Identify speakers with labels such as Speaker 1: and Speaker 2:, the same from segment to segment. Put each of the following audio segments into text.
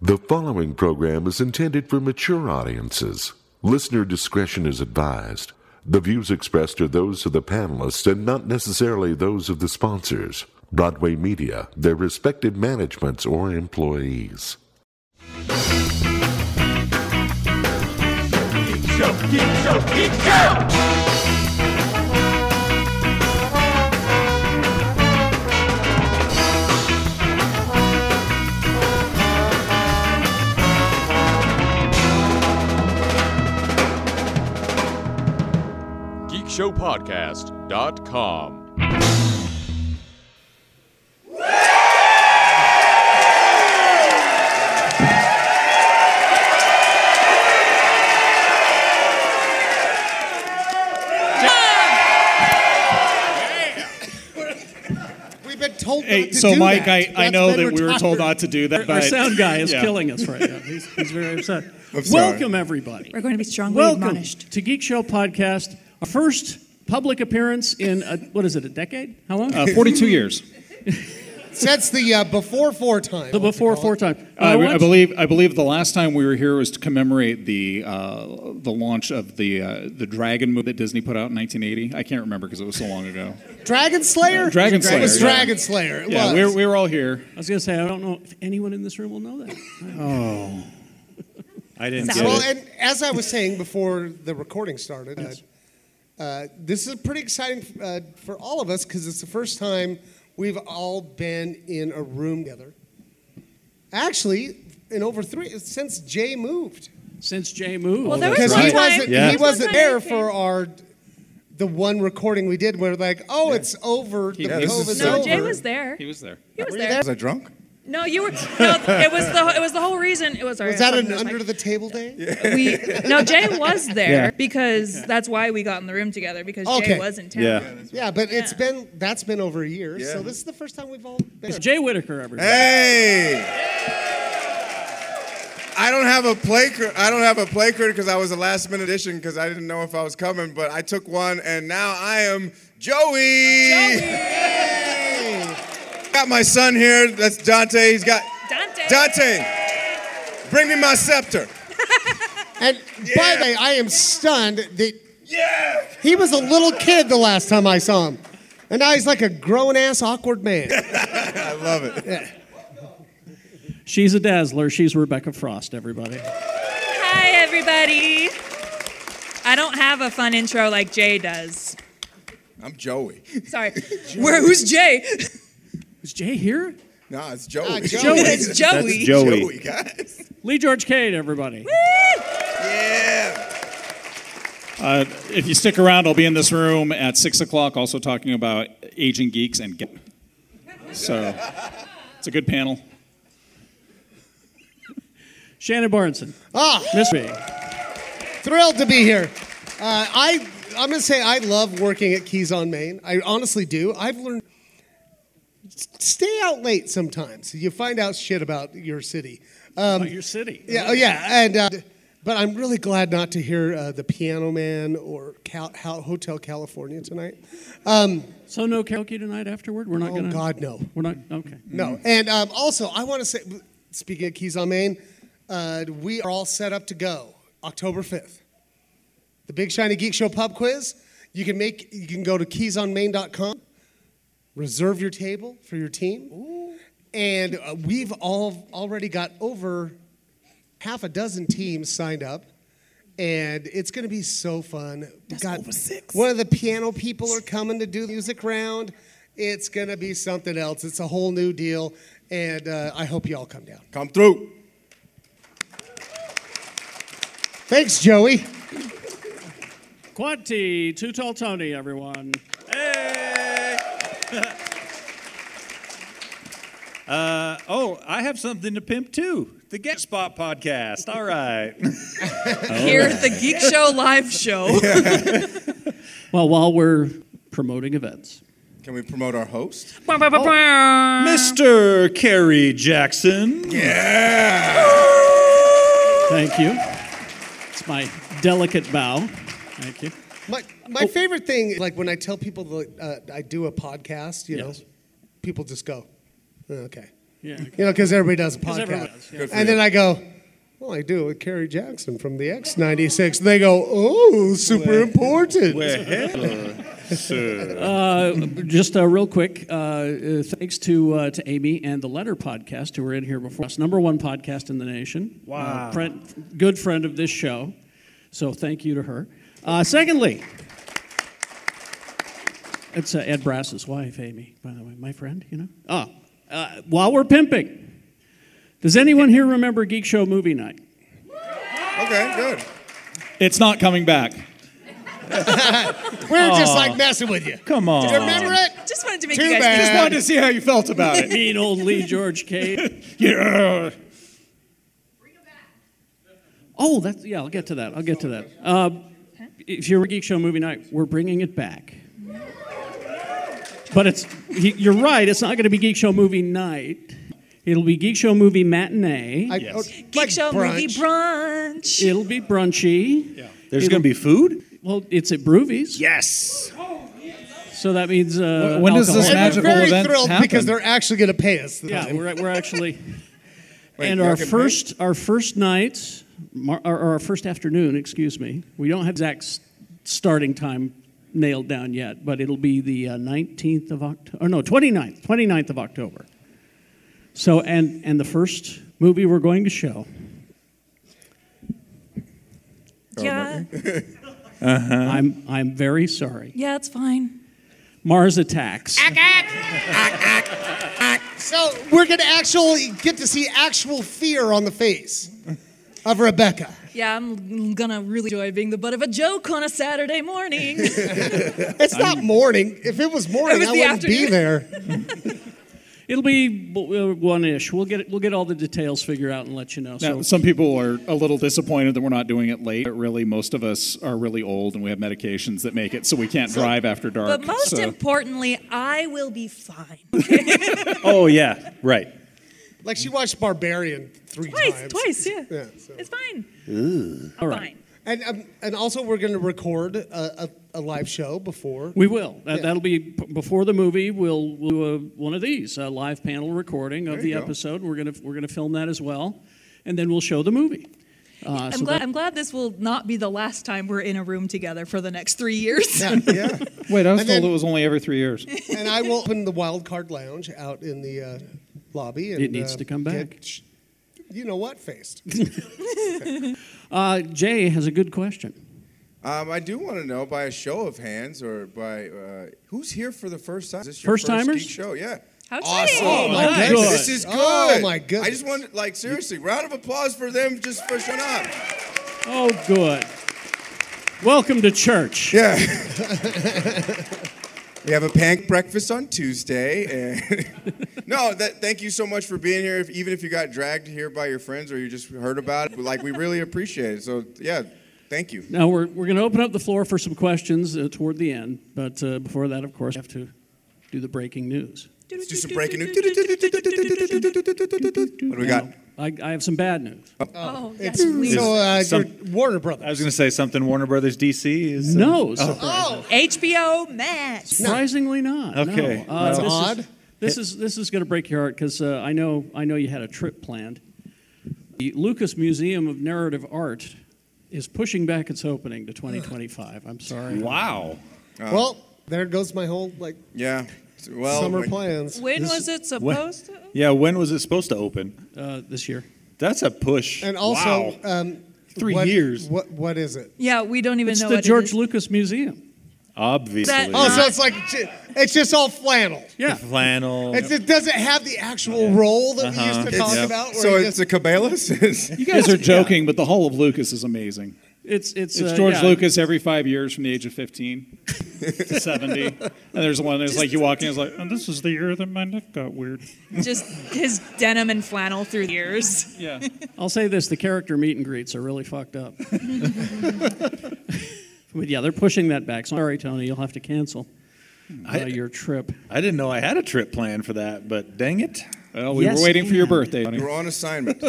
Speaker 1: The following program is intended for mature audiences. Listener discretion is advised. The views expressed are those of the panelists and not necessarily those of the sponsors, Broadway Media, their respective managements, or employees.
Speaker 2: Geek Show, Geek Show, Geek Show!
Speaker 3: GeekShowPodcast.com.
Speaker 4: We've been told
Speaker 5: Hey,
Speaker 4: not to
Speaker 5: so
Speaker 4: do
Speaker 5: Mike,
Speaker 4: that.
Speaker 5: I, I
Speaker 4: That's
Speaker 5: know
Speaker 4: been
Speaker 5: that we were
Speaker 4: retired.
Speaker 5: told not to do that,
Speaker 6: Our, our
Speaker 5: but
Speaker 6: sound guy is
Speaker 5: yeah.
Speaker 6: killing us right now. He's, he's very upset.
Speaker 4: sorry.
Speaker 6: Welcome, everybody.
Speaker 7: We're going to be strongly
Speaker 6: Welcome
Speaker 7: admonished.
Speaker 6: to Geek Show Podcast, our first public appearance in, a, what is it, a decade? How long?
Speaker 5: Uh, 42 years.
Speaker 4: Since the uh, before four time.
Speaker 6: the before four time. Uh,
Speaker 5: I, I
Speaker 6: once-
Speaker 5: believe I believe the last time we were here was to commemorate the uh, the launch of the uh, the Dragon movie that Disney put out in 1980. I can't remember because it was so long ago.
Speaker 4: Dragon Slayer.
Speaker 5: Uh, Dragon
Speaker 4: It was
Speaker 5: Slayer, yeah.
Speaker 4: Dragon Slayer. It
Speaker 5: Yeah,
Speaker 4: was.
Speaker 5: we were, we were all here.
Speaker 6: I was going to say, I don't know if anyone in this room will know that.
Speaker 5: I didn't
Speaker 7: Sound. get
Speaker 4: well, and as I was saying before the recording started, uh, uh, this is pretty exciting uh, for all of us because it's the first time we've all been in a room together. Actually, in over three since Jay moved.
Speaker 6: Since Jay moved.
Speaker 7: Well, there was
Speaker 4: Because
Speaker 7: one
Speaker 4: he
Speaker 7: time-
Speaker 4: wasn't, he
Speaker 7: Yeah. there was one
Speaker 4: wasn't
Speaker 7: time
Speaker 4: there
Speaker 7: he
Speaker 4: for our the one recording we did where like, oh, it's over. The
Speaker 5: Yeah, this
Speaker 4: COVID's
Speaker 7: No,
Speaker 4: over.
Speaker 7: Jay was there.
Speaker 5: He was there.
Speaker 7: He was there.
Speaker 8: Was I drunk?
Speaker 7: No, you were. No, it was the it was the whole reason. It was. Sorry,
Speaker 4: Was that
Speaker 7: I
Speaker 4: an
Speaker 7: was talking to
Speaker 4: under the table day?
Speaker 7: Mike. We, no, Jay was there
Speaker 5: Yeah.
Speaker 7: because that's why we got in the room together because
Speaker 4: Okay.
Speaker 7: Jay was in town.
Speaker 4: Yeah, but it's
Speaker 7: Yeah.
Speaker 4: been that's been over a year. So
Speaker 8: Yeah.
Speaker 4: this is the first time we've all been.
Speaker 6: It's Jay Whitaker, everybody.
Speaker 8: Hey! I don't have a play. Cr- I don't have a play credit because I was a last minute addition because I didn't know if I was coming, but I took one and now I am Joey. Got my son here. That's Dante. He's got
Speaker 7: Dante.
Speaker 8: Dante. Bring me my scepter.
Speaker 4: And by the way, I am stunned that
Speaker 8: Yeah.
Speaker 4: he was a little kid the last time I saw him. And now he's like a grown ass awkward man.
Speaker 8: I love it.
Speaker 6: She's a dazzler. She's Rebecca Frost, everybody.
Speaker 7: Hi, everybody. I don't have a fun intro like Jay does.
Speaker 8: I'm Joey.
Speaker 7: Sorry. Where? Who's Jay?
Speaker 6: Is Jay here?
Speaker 8: Nah, it's Joey.
Speaker 4: Ah, Joey.
Speaker 7: That's Joey.
Speaker 8: Joey. guys.
Speaker 6: Lee George Cade, everybody.
Speaker 8: Yeah.
Speaker 5: Uh, if you stick around, I'll be in this room at six o'clock, also talking about aging geeks and. Ge- so, it's a good panel.
Speaker 6: Shannon Barneson.
Speaker 4: Ah,
Speaker 6: Miss me.
Speaker 4: thrilled to be here. Uh, I I'm gonna say I love working at Keys on Main. I honestly do. I've learned s- stay out late sometimes. You find out shit about your city.
Speaker 6: About your city.
Speaker 4: Yeah, oh yeah, and uh, but I'm really glad not to hear uh, the Piano Man or Cal- Hal- Hotel California tonight.
Speaker 6: So no karaoke tonight afterward? We're not
Speaker 4: Oh
Speaker 6: going to.
Speaker 4: God, no,
Speaker 6: We're not. Okay.
Speaker 4: no. And um, also, I want to say, speaking of Keys on Main, uh, we are all set up to go October 5th. The Big Shiny Geek Show Pub Quiz. You can make. You can go to keysonmain.com, reserve your table for your team, and uh, we've all already got over half a dozen teams signed up, and it's going to be so fun. That's got over six. One of the piano people are coming to do the music round. It's going to be something else. It's a whole new deal, and uh, I hope you all come down.
Speaker 8: Come through.
Speaker 4: Thanks, Joey.
Speaker 6: Quanti, Too Tall Tony, everyone.
Speaker 9: Hey! Uh, oh, I have something to pimp too. The Get Spot podcast. All right.
Speaker 7: Here at the Geek Show live show.
Speaker 6: Well, while we're promoting events,
Speaker 8: Can we promote our host?
Speaker 9: Mr. Kerry Jackson.
Speaker 6: thank you. It's my delicate bow. Thank you.
Speaker 4: My, my
Speaker 8: Oh.
Speaker 4: favorite thing, is, like when I tell people that uh, I do a podcast, you
Speaker 6: Yes.
Speaker 4: know, people just go, "Oh, okay.
Speaker 6: Yeah.
Speaker 4: You know, because everybody does a podcast.
Speaker 6: everyone does, yeah.
Speaker 8: Good for
Speaker 4: And
Speaker 8: you.
Speaker 4: then I go, well, I do it with Carrie Jackson from the X96. They go, oh, super important.
Speaker 6: Just uh, real quick, uh, uh, thanks to uh, to Amy and the Letter Podcast, who were in here before us, number one podcast in the nation. Wow, friend, good friend of this show, so thank you to her. Uh, secondly, it's uh, Ed Brass's wife, Amy, by the way, my friend. You know. Oh, uh, while we're pimping, does anyone here remember Geek Show movie night?
Speaker 8: Okay, good.
Speaker 5: It's not coming back.
Speaker 4: We're just like messing with you.
Speaker 5: Come on.
Speaker 4: Remember it?
Speaker 7: Just wanted to make
Speaker 4: Too
Speaker 7: you guys
Speaker 4: bad.
Speaker 5: Just wanted to see how you felt about it.
Speaker 6: Mean old Lee George Cade.
Speaker 5: yeah.
Speaker 6: Oh, that's yeah. I'll get to that. I'll get to that. Uh, if you're a geek show movie night, we're bringing it back. But it's he- you're right. It's not going to be geek show movie night. It'll be geek show movie matinee.
Speaker 4: I, oh,
Speaker 7: Geek
Speaker 4: like
Speaker 7: Show movie brunch.
Speaker 6: It'll be brunchy.
Speaker 9: There's going to be food?
Speaker 6: Well, it's at Broovies,
Speaker 9: Yes.
Speaker 6: so that means uh,
Speaker 5: Wh- when does
Speaker 6: alcohol.
Speaker 5: this
Speaker 4: And
Speaker 5: magical
Speaker 4: they're very
Speaker 5: event
Speaker 4: thrilled because
Speaker 5: happen?
Speaker 4: they're actually going to pay us. the
Speaker 6: Yeah,
Speaker 4: time.
Speaker 6: we're, we're actually.
Speaker 8: Wait,
Speaker 6: and
Speaker 8: y'all
Speaker 6: our
Speaker 8: can pay?
Speaker 6: first, our first night, mar- or or our first afternoon, excuse me. We don't have Zach's starting time nailed down yet, but it'll be the uh, 19th of October. Or no, 29th, 29th of October. So, and and the first movie we're going to show.
Speaker 7: yeah,
Speaker 6: I'm I'm very sorry.
Speaker 7: yeah, it's fine.
Speaker 6: Mars Attacks.
Speaker 4: So we're going to actually get to see actual fear on the face of Rebecca.
Speaker 7: Yeah, I'm gonna really enjoy being the butt of a joke on a Saturday morning.
Speaker 4: It's not morning. If it was morning,
Speaker 7: was
Speaker 4: I
Speaker 7: the
Speaker 4: wouldn't be
Speaker 7: afternoon.
Speaker 4: there.
Speaker 6: It'll be one ish. We'll get it, we'll get all the details figured out and let you know.
Speaker 5: Now,
Speaker 6: So
Speaker 5: some people are a little disappointed that we're not doing it late, but really, most of us are really old and we have medications that make it so we can't drive after dark.
Speaker 7: but most
Speaker 5: so-
Speaker 7: importantly, I will be fine.
Speaker 9: Oh, yeah. Right.
Speaker 4: Like she watched Barbarian three
Speaker 7: Twice,
Speaker 4: times.
Speaker 7: twice, yeah.
Speaker 4: Yeah, so-
Speaker 7: It's fine.
Speaker 6: all right.
Speaker 7: Fine.
Speaker 4: And um, and also we're going to record a, a, a live show before.
Speaker 6: We will. That,
Speaker 4: Yeah.
Speaker 6: That'll be p- before the movie. We'll, we'll do a, one of these, a live panel recording of the episode. We're gonna we're gonna film that as well, and then we'll show the movie. Uh,
Speaker 7: I'm
Speaker 6: so
Speaker 7: glad.
Speaker 6: that-
Speaker 7: I'm glad this will not be the last time we're in a room together for the next three years.
Speaker 4: Yeah, yeah.
Speaker 5: Wait, I was
Speaker 4: And
Speaker 5: told
Speaker 4: then-
Speaker 5: it was only every three years.
Speaker 4: and I will open the Wild Card Lounge out in the uh, lobby. And,
Speaker 6: It needs
Speaker 4: uh,
Speaker 6: to come back.
Speaker 4: get sh- you know what? Faced.
Speaker 6: uh, Jay has a good question.
Speaker 8: Um, I do want to know by a show of hands or by uh, who's here for the first time? Is this
Speaker 6: First timers?
Speaker 8: Geek show, yeah.
Speaker 7: How
Speaker 8: awesome!
Speaker 7: exciting. Oh,
Speaker 6: my Nice. goodness.
Speaker 8: This is good.
Speaker 4: Oh, my goodness.
Speaker 8: I just want like seriously, round of applause for them just for showing up.
Speaker 6: Oh, good. Welcome to church.
Speaker 8: Yeah. we have a pancake breakfast on Tuesday, and no, that, thank you so much for being here. If, even if you got dragged here by your friends or you just heard about it, like we really appreciate it. So yeah, thank you.
Speaker 6: Now we're we're gonna open up the floor for some questions uh, toward the end, but uh, before that, of course, we have to do the breaking news.
Speaker 8: Let's do some breaking news. What do we got?
Speaker 6: I, I have some bad news.
Speaker 7: Oh, yes,
Speaker 4: It's,
Speaker 7: we-
Speaker 4: so uh,
Speaker 9: Some-
Speaker 4: your Warner
Speaker 9: I
Speaker 4: Brothers.
Speaker 9: was going to say something Warner Brothers DC is.
Speaker 8: Oh.
Speaker 6: No, surprise.
Speaker 7: HBO Max.
Speaker 6: Surprisingly not.
Speaker 9: Okay.
Speaker 6: No. Uh,
Speaker 9: That's
Speaker 6: this
Speaker 4: odd.
Speaker 6: Is, this is this is going to break your heart because uh, I know I know you had a trip planned. The Lucas Museum of Narrative Art is pushing back its opening to 2025. I'm sorry.
Speaker 9: Wow.
Speaker 4: well, there goes my whole like
Speaker 8: Yeah. Well,
Speaker 4: summer
Speaker 8: when-
Speaker 4: plans.
Speaker 7: When was it supposed to?
Speaker 9: Yeah, when was it supposed to open?
Speaker 6: Uh, this year.
Speaker 9: That's a push.
Speaker 4: And also,
Speaker 9: Wow.
Speaker 4: um,
Speaker 9: Three
Speaker 4: what-
Speaker 9: years.
Speaker 4: What what is it?
Speaker 7: Yeah, we don't even
Speaker 6: It's
Speaker 7: know
Speaker 6: the
Speaker 7: what it
Speaker 6: George
Speaker 7: is.
Speaker 6: Lucas Museum.
Speaker 9: obviously.
Speaker 7: That-
Speaker 4: Oh, so
Speaker 7: Not-
Speaker 4: it's like it's just all flannel.
Speaker 6: Yeah.
Speaker 5: Oh,
Speaker 9: flannel.
Speaker 4: It's, it doesn't have the actual role that we used to talk
Speaker 9: Yeah.
Speaker 4: about. Where
Speaker 8: So
Speaker 4: you
Speaker 8: it's
Speaker 4: just,
Speaker 8: a Cabela's.
Speaker 5: You guys are joking, but the whole of Lucas is amazing.
Speaker 6: It's it's,
Speaker 5: It's
Speaker 6: uh,
Speaker 5: George
Speaker 6: yeah.
Speaker 5: Lucas every five years from the age of 15 to 70. And there's one that's like you walk in, it's like, oh, this is the year that my neck got weird.
Speaker 7: Just his denim and flannel through the years.
Speaker 5: Yeah.
Speaker 6: I'll say this: the character meet and greets are really fucked up. but yeah, they're pushing that back. Sorry, Tony, you'll have to cancel uh,
Speaker 9: I-
Speaker 6: your trip.
Speaker 9: I didn't know I had a trip planned for that, but dang it.
Speaker 5: Well, we
Speaker 6: Yes,
Speaker 5: were waiting for your
Speaker 6: and.
Speaker 5: birthday. honey.
Speaker 8: We're on assignment.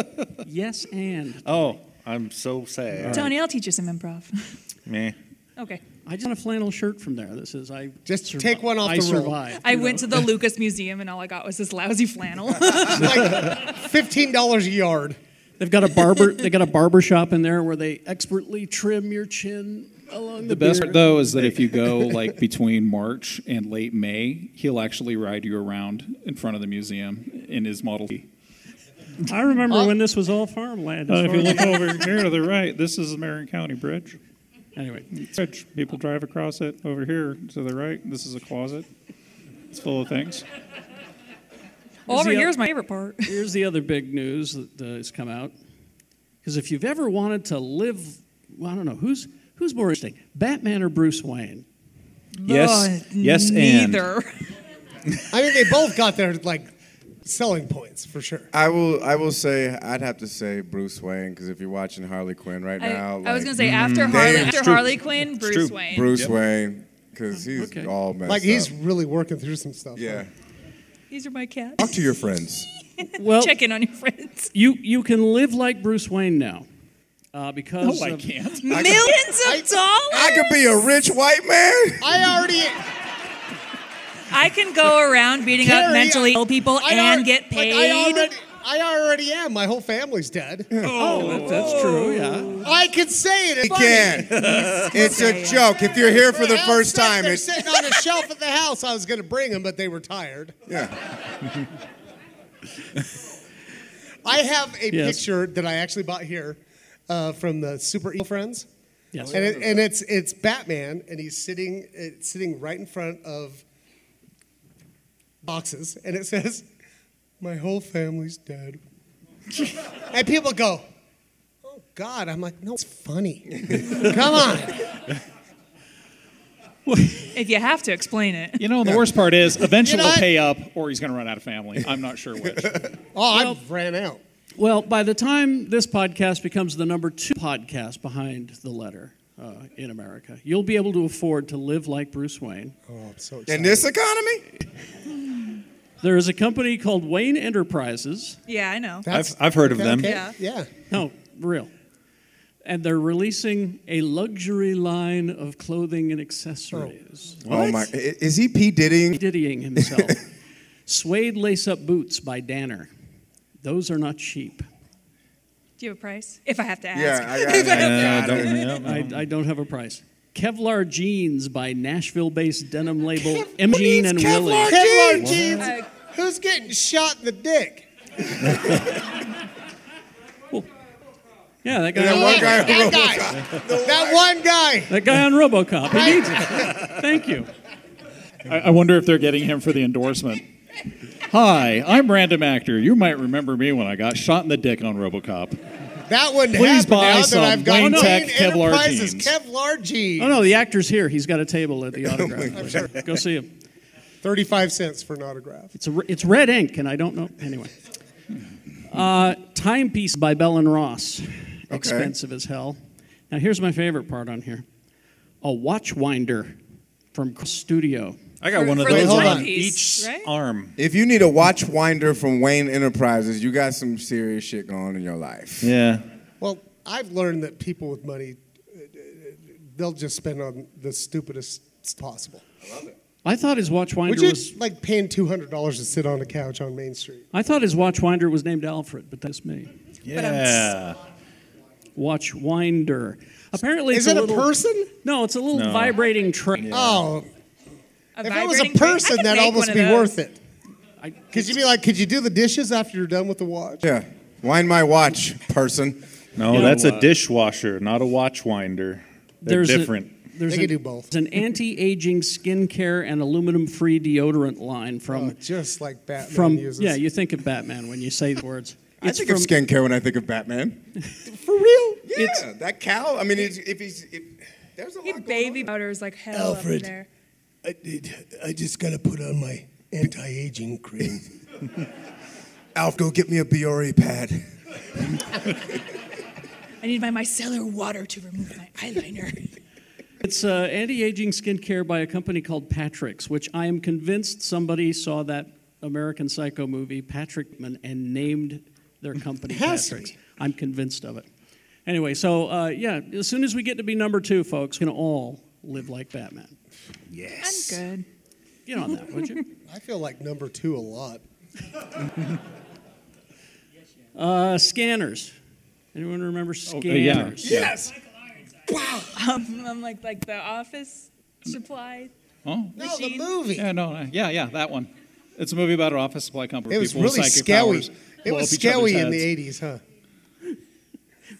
Speaker 6: Yes, and
Speaker 9: Oh, I'm so sad.
Speaker 7: Tony, I'll teach you some improv.
Speaker 9: Meh.
Speaker 7: okay.
Speaker 6: I just got a flannel shirt from there that says I
Speaker 4: Just
Speaker 6: survi-
Speaker 4: take one off
Speaker 6: I
Speaker 4: the roll.
Speaker 6: survived.
Speaker 7: I
Speaker 6: you
Speaker 7: went to
Speaker 6: know?
Speaker 7: the Lucas Museum and all I got was this lousy flannel. Oh,
Speaker 4: like fifteen dollars a yard.
Speaker 6: They've got a barber. they got a barber shop in there where they expertly trim your chin along the,
Speaker 5: The best
Speaker 6: beard.
Speaker 5: part though is that if you go like between March and late May, he'll actually ride you around in front of the museum in his Model T.
Speaker 6: I remember when this was all farmland. as
Speaker 10: Uh, if
Speaker 6: far
Speaker 10: you
Speaker 6: as-
Speaker 10: look over here to the right, this is the Marion County Bridge.
Speaker 6: anyway,
Speaker 10: Bridge. People drive across it. Over here to the right, this is a closet. It's full of things.
Speaker 7: Over
Speaker 6: the-
Speaker 7: here's my favorite part.
Speaker 6: here's the other big news that uh, has come out. Because if you've ever wanted to live, well, I don't know who's who's more interesting, Batman or Bruce Wayne.
Speaker 5: Uh,
Speaker 9: Yes,
Speaker 7: Oh,
Speaker 9: yes, and
Speaker 7: neither.
Speaker 4: I mean, they both got their like selling points for sure.
Speaker 8: I will. I will say. I'd have to say Bruce Wayne because if you're watching Harley Quinn right
Speaker 7: I,
Speaker 8: now,
Speaker 7: I was
Speaker 8: like, mm,
Speaker 7: gonna say after Harley, after
Speaker 8: true.
Speaker 7: Harley Quinn, Bruce
Speaker 9: true.
Speaker 7: Wayne.
Speaker 8: Bruce Wayne because he's
Speaker 6: Okay.
Speaker 8: all messed
Speaker 4: Like he's
Speaker 8: up.
Speaker 4: really working through some stuff.
Speaker 8: Yeah.
Speaker 7: These are my cats.
Speaker 8: Talk to your friends.
Speaker 6: Well,
Speaker 7: Check in on your friends.
Speaker 6: you you can live like Bruce Wayne now, uh, because
Speaker 5: No, I
Speaker 6: of-
Speaker 5: can't.
Speaker 7: Millions of
Speaker 8: I
Speaker 7: dollars.
Speaker 8: could be a rich white man.
Speaker 4: I already
Speaker 7: I can go around beating up
Speaker 4: Carrie,
Speaker 7: mentally ill people
Speaker 4: I
Speaker 7: and
Speaker 4: al-
Speaker 7: get
Speaker 4: like,
Speaker 7: paid.
Speaker 4: I already, I already am. My whole family's dead.
Speaker 6: Oh, that- that's true. Yeah.
Speaker 4: I can say it. It's
Speaker 8: He
Speaker 4: funny.
Speaker 8: can. It's a
Speaker 7: saying.
Speaker 8: joke. If you're here for the
Speaker 4: Hell,
Speaker 8: first
Speaker 4: Smith,
Speaker 8: time,
Speaker 4: They're
Speaker 8: it's
Speaker 4: sitting on a shelf at the house. I was going to bring them, but they were tired.
Speaker 8: yeah.
Speaker 4: I have a
Speaker 6: Yes.
Speaker 4: picture that I actually bought here uh, from the Super Evil Friends,
Speaker 6: Yes.
Speaker 4: and, it, and it's it's Batman, and he's sitting it's sitting right in front of boxes, and it says, "My whole family's dead," and people go. "Oh God, I'm like, no, it's funny. Come on.
Speaker 7: if you have to explain it.
Speaker 5: You know, and the worst part is eventually
Speaker 4: You know
Speaker 5: he'll
Speaker 4: what?
Speaker 5: pay up or he's going to run out of family. I'm not sure which.
Speaker 4: Oh, I ran out.
Speaker 6: Well, by the time this podcast becomes the number two podcast behind the letter uh, in America, you'll be able to afford to live like Bruce Wayne.
Speaker 4: Oh, I'm so excited.
Speaker 8: In this economy,
Speaker 6: There is a company called Wayne Enterprises.
Speaker 7: Yeah, I know.
Speaker 9: I've I've heard of them.
Speaker 4: Okay,
Speaker 7: Yeah.
Speaker 4: Yeah.
Speaker 6: No, real. And they're releasing a luxury line of clothing and accessories.
Speaker 8: oh my! i- Is he p diddying?
Speaker 6: Diddying himself. Suede lace up boots by Danner. Those are not cheap.
Speaker 7: Do you have a price? If I have to ask.
Speaker 8: Yeah, I got it.
Speaker 9: Uh, don't- yeah, no.
Speaker 6: I, I don't have a price. Kevlar jeans by Nashville based denim label Imogene and Willie.
Speaker 4: Kevlar jeans. Who's getting shot in the dick?
Speaker 6: Yeah, that guy,
Speaker 8: That one guy who
Speaker 4: Oh, that
Speaker 8: wrote-
Speaker 4: guy. that one guy.
Speaker 6: that guy on Robocop. He needs it. Thank you.
Speaker 5: I, I wonder if they're getting him for the endorsement. Hi, I'm Random Actor. You might remember me when I got shot in the dick on Robocop.
Speaker 4: That wouldn't
Speaker 5: Please
Speaker 4: happen
Speaker 5: buy
Speaker 4: now
Speaker 5: some
Speaker 4: that I've got
Speaker 5: Wayne Tech Kevlar
Speaker 4: Enterprises
Speaker 5: jeans.
Speaker 4: Kevlar jeans.
Speaker 6: Oh, no, the actor's here. He's got a table at
Speaker 4: Oh,
Speaker 6: the autograph. Go see him.
Speaker 4: 35 cents for an autograph.
Speaker 6: It's, a, re- it's red ink, and I don't know. Anyway. Uh, Timepiece by Bell and Ross. Expensive as hell. Now, here's my favorite part on here a watch winder from Cross Studio.
Speaker 9: I got
Speaker 7: For-
Speaker 9: one of
Speaker 7: for the
Speaker 9: those
Speaker 4: hold
Speaker 9: on
Speaker 4: on.
Speaker 9: each
Speaker 7: Right?
Speaker 9: arm.
Speaker 8: If you need a watch winder from Wayne Enterprises, you got some serious shit going on in your life.
Speaker 9: Yeah.
Speaker 4: Well, I've learned that people with money, uh, they'll just spend on the stupidest possible.
Speaker 6: I thought his watch winder
Speaker 4: Would you
Speaker 6: was.
Speaker 4: like paying $200 to sit on a couch on Main Street?
Speaker 6: I thought his watch winder was named Alfred, but that's me.
Speaker 9: Yeah.
Speaker 6: Watch winder. Apparently,
Speaker 4: Is
Speaker 6: it's
Speaker 4: it a
Speaker 6: little-
Speaker 4: person?
Speaker 6: No, it's a little
Speaker 9: No.
Speaker 6: vibrating tray.
Speaker 4: Oh,
Speaker 7: A
Speaker 4: if it was a
Speaker 7: vibrating thing? I
Speaker 4: person,
Speaker 7: could
Speaker 4: that'd
Speaker 7: make
Speaker 4: almost
Speaker 7: one of
Speaker 4: be
Speaker 7: those.
Speaker 4: worth it.
Speaker 6: I-
Speaker 4: Could you be like, could you do the dishes after you're done with the watch?
Speaker 8: Yeah. Wind my watch, person.
Speaker 9: No,
Speaker 6: You know
Speaker 9: that's a
Speaker 6: what?
Speaker 9: dishwasher, not a watch winder. They're
Speaker 6: a-
Speaker 9: different.
Speaker 6: there's
Speaker 4: They can
Speaker 6: an-
Speaker 4: do both.
Speaker 6: It's an anti-aging skincare and aluminum-free deodorant line
Speaker 4: Oh,
Speaker 6: from
Speaker 4: just like Batman
Speaker 6: from.
Speaker 4: uses.
Speaker 6: Yeah, you think of Batman when you say the words.
Speaker 8: I
Speaker 6: It's
Speaker 8: think
Speaker 6: from
Speaker 8: of skincare when I think of Batman.
Speaker 4: for real?
Speaker 8: Yeah, that cow. I mean, it's, if he's if, there's a lot.
Speaker 7: Your
Speaker 8: going
Speaker 7: baby powder is like hell
Speaker 11: Alfred.
Speaker 7: up in there.
Speaker 11: I, did- I just gotta put on my anti-aging cream.
Speaker 8: on. Alf, go get me a Biore pad.
Speaker 7: I need my micellar water to remove my eyeliner.
Speaker 6: it's uh, anti-aging skincare by a company called Patrick's, which I am convinced somebody saw that American Psycho movie Patrickman and named their company
Speaker 4: Has to
Speaker 6: Patrick's.
Speaker 4: be.
Speaker 6: I'm convinced of it. Anyway, so uh, yeah, as soon as we get to be number two, folks, we can all live like Batman.
Speaker 7: Yes. I'm good.
Speaker 6: Get on that, would you?
Speaker 4: I feel like number two a lot.
Speaker 6: Uh, scanners. Anyone remember
Speaker 7: yeah.
Speaker 6: scanners?
Speaker 7: Yes! Um, I'm like like the office supply.
Speaker 5: Oh.
Speaker 4: No, the movie.
Speaker 5: Yeah, no, no, yeah, yeah, that one. It's a movie about an office supply company.
Speaker 4: It was
Speaker 5: people with
Speaker 4: really
Speaker 5: psychic
Speaker 4: scary.
Speaker 5: powers
Speaker 4: It
Speaker 5: blow
Speaker 4: was
Speaker 5: up each other's
Speaker 4: scary in the
Speaker 5: heads.
Speaker 4: 80s, huh?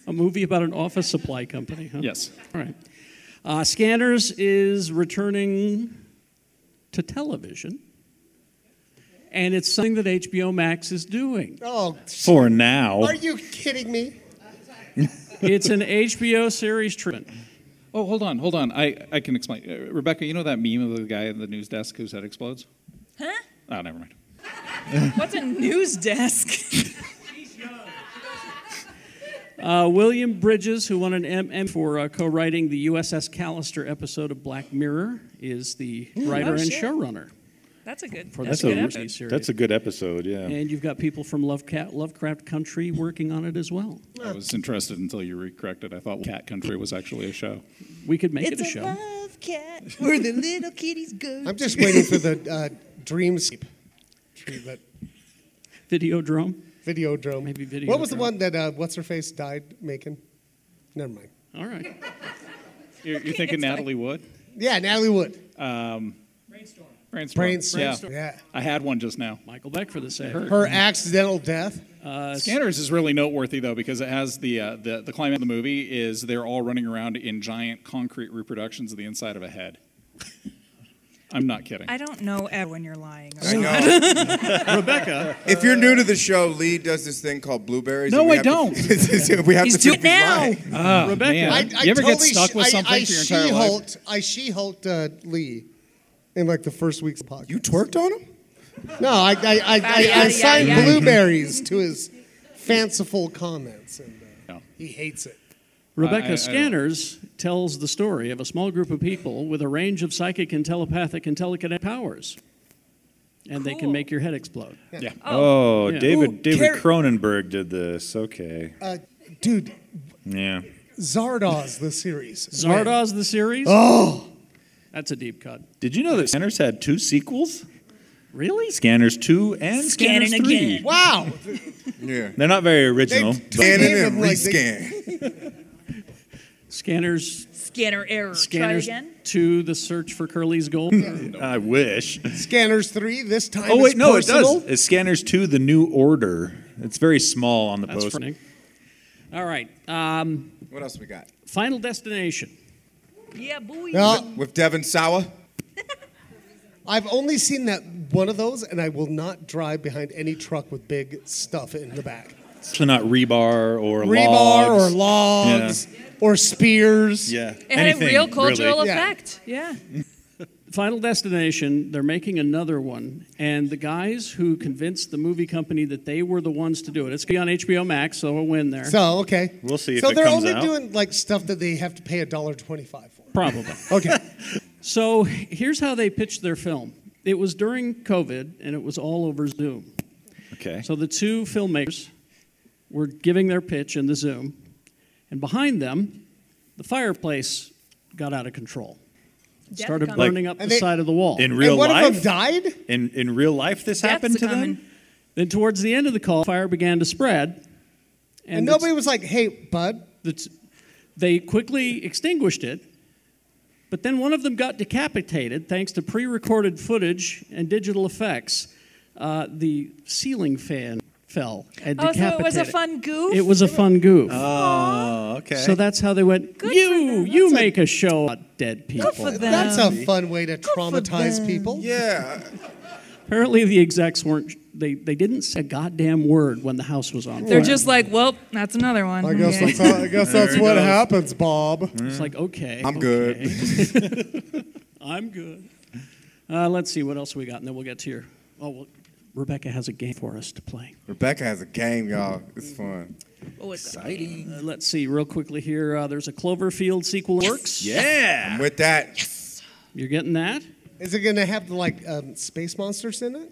Speaker 6: A movie about an office supply company, huh?
Speaker 5: Yes.
Speaker 6: All right. Uh, Scanners is returning to television, and it's something that HBO Max is doing.
Speaker 4: Oh,
Speaker 9: For now.
Speaker 4: are you kidding me?
Speaker 6: it's an HBO series treatment.
Speaker 5: Oh, hold on, hold on. I, I can explain. Uh, Rebecca, you know that meme of the guy at the news desk whose head explodes?
Speaker 7: Huh?
Speaker 5: Oh, never mind.
Speaker 7: What's a news desk?
Speaker 6: Uh, William Bridges, who won an M for uh, co-writing the USS Callister episode of Black Mirror, is the
Speaker 7: Mm.
Speaker 6: writer
Speaker 7: Oh,
Speaker 6: and
Speaker 7: shit.
Speaker 6: showrunner.
Speaker 7: That's a good.
Speaker 6: For
Speaker 7: that's
Speaker 6: that
Speaker 7: a good
Speaker 6: TV
Speaker 7: episode.
Speaker 6: series.
Speaker 9: That's a good episode, yeah.
Speaker 6: And you've got people from Lovecraft, Lovecraft Country working on it as well.
Speaker 5: I was interested until you recorrected. I thought Cat Country was actually a show.
Speaker 6: We could make
Speaker 4: It's
Speaker 6: it a
Speaker 4: a
Speaker 6: show.
Speaker 7: Love cat, where the little kitties go.
Speaker 4: I'm just
Speaker 7: to.
Speaker 4: waiting for the uh, dreamscape treatment.
Speaker 6: Videodrome.
Speaker 4: Videodrome.
Speaker 6: Maybe Videodrome.
Speaker 4: What was the one that uh, what's her face died making? Never mind.
Speaker 6: All right.
Speaker 5: You're, you're thinking Natalie Wood?
Speaker 4: Yeah, Natalie Wood.
Speaker 5: Um, brainstorm. Brainstorm.
Speaker 4: Brainstorm.
Speaker 5: Yeah.
Speaker 4: Yeah.
Speaker 5: I had one just now.
Speaker 6: Michael Beck for the sake.
Speaker 4: Her accidental death.
Speaker 6: Uh,
Speaker 5: Scanners is really noteworthy though because it has the uh, the the climate of the movie is they're all running around in giant concrete reproductions of the inside of a head. I'm not kidding.
Speaker 7: I don't know Ed when you're lying.
Speaker 8: I know.
Speaker 7: Rebecca.
Speaker 8: If you're new to the show, Lee does this thing called blueberries.
Speaker 5: No,
Speaker 8: and
Speaker 5: I
Speaker 8: we have to- we have to prove he's lying.
Speaker 5: Ah, man. you ever get stuck with
Speaker 4: sh-
Speaker 5: something
Speaker 4: I, I
Speaker 5: for your entire life?
Speaker 4: she-hulked, I she-hulked uh, Lee in like the first week's podcast. You
Speaker 8: twerked on him?
Speaker 4: No, I, I, I, I,
Speaker 2: Yada,
Speaker 4: I
Speaker 2: yada,
Speaker 4: assigned
Speaker 2: yada, yada.
Speaker 4: blueberries to his fanciful comments, and uh, he hates it.
Speaker 6: Rebecca
Speaker 4: I- I- I don't-
Speaker 6: Scanners tells the story of a small group of people with a range of psychic and telepathic and telekinetic powers. And they can make your head explode.
Speaker 5: Yeah.
Speaker 9: Oh,
Speaker 6: Yeah.
Speaker 9: David
Speaker 4: Ooh,
Speaker 9: David
Speaker 4: Carrie-
Speaker 9: Cronenberg did this. Okay.
Speaker 4: Uh, dude,
Speaker 9: Yeah.
Speaker 4: Zardoz the series.
Speaker 6: Zardoz the series?
Speaker 4: Oh.
Speaker 6: That's a deep cut.
Speaker 9: Did you know that Scanners had two sequels?
Speaker 6: Really?
Speaker 9: Scanners 2 and
Speaker 6: Scanning
Speaker 9: Scanners 3.
Speaker 6: again.
Speaker 4: Wow.
Speaker 8: Yeah.
Speaker 9: They're not very original.
Speaker 8: They-
Speaker 9: but-
Speaker 8: Scan it and
Speaker 4: like they-
Speaker 6: Scanners.
Speaker 7: Scanner error.
Speaker 6: Scanners
Speaker 7: Try again.
Speaker 6: to the search for Curly's gold.
Speaker 9: I wish.
Speaker 4: Scanners three. This time.
Speaker 9: Oh
Speaker 4: it's
Speaker 9: wait, no,
Speaker 4: personal.
Speaker 9: it does. It's Scanners 2 The New Order. It's very small on the
Speaker 6: That's
Speaker 9: poster.
Speaker 6: funny. All right. Um,
Speaker 8: what else we got?
Speaker 6: Final Destination.
Speaker 7: Yeah, boy.
Speaker 8: With Devin Sawa?
Speaker 4: Uh, I've only seen that one of those, and I will not drive behind any truck with big stuff in the back.
Speaker 9: So not rebar or
Speaker 4: Rebar
Speaker 9: logs.
Speaker 4: or logs or spears.
Speaker 9: Yeah.
Speaker 7: It had a real cultural effect. Yeah.
Speaker 6: Final Destination, they're making another one, and the guys who convinced the movie company that they were the ones to do it, it's going to be on HBO Max, so we'll win there.
Speaker 4: So okay.
Speaker 9: We'll see
Speaker 4: so they're only doing like stuff that they have to pay a dollar twenty-five for.
Speaker 6: Probably.
Speaker 4: Okay.
Speaker 6: so here's how they pitched their film. It was during COVID, and it was all over Zoom.
Speaker 9: Okay.
Speaker 6: So the two filmmakers were giving their pitch in the Zoom, and behind them, the fireplace got out of control. It started
Speaker 9: coming.
Speaker 6: burning
Speaker 9: Like-
Speaker 6: up the
Speaker 9: And they-
Speaker 6: side of the wall.
Speaker 9: In real life?
Speaker 4: died?
Speaker 9: In in real life this happened to them?
Speaker 6: Then towards the end of the call, fire began to spread.
Speaker 4: And nobody was like, hey, bud.
Speaker 6: they quickly extinguished it. But then one of them got decapitated thanks to pre recorded footage and digital effects. Uh, the ceiling fan fell and
Speaker 7: Oh, so
Speaker 6: decapitated.
Speaker 7: it was a fun goof.
Speaker 6: It was a fun goof.
Speaker 9: Oh, okay.
Speaker 6: So that's how they went, you, you make a, show about dead people.
Speaker 4: That's a fun way to traumatize
Speaker 6: them.
Speaker 4: people.
Speaker 8: Yeah.
Speaker 6: Apparently the execs weren't, they, they didn't say a goddamn word when the house was on
Speaker 7: They're
Speaker 6: fire.
Speaker 7: just like, well, that's another one.
Speaker 4: I guess
Speaker 7: Okay.
Speaker 4: that's how, I guess that's
Speaker 6: There it
Speaker 4: what
Speaker 6: goes.
Speaker 4: happens, Bob.
Speaker 6: It's like, okay.
Speaker 8: I'm
Speaker 6: good. I'm good. Uh, let's see what else we got, and then we'll get to your. Oh, well, Rebecca has a game for us to play.
Speaker 8: Rebecca has a game, y'all. It's fun.
Speaker 7: Oh, it's
Speaker 8: Exciting.
Speaker 6: Uh, let's see, real quickly here. Uh, there's a Cloverfield sequel in works.
Speaker 9: Yeah.
Speaker 6: Ah.
Speaker 8: I'm with that.
Speaker 6: You're getting that?
Speaker 4: Is it going to have like um, space monsters in it?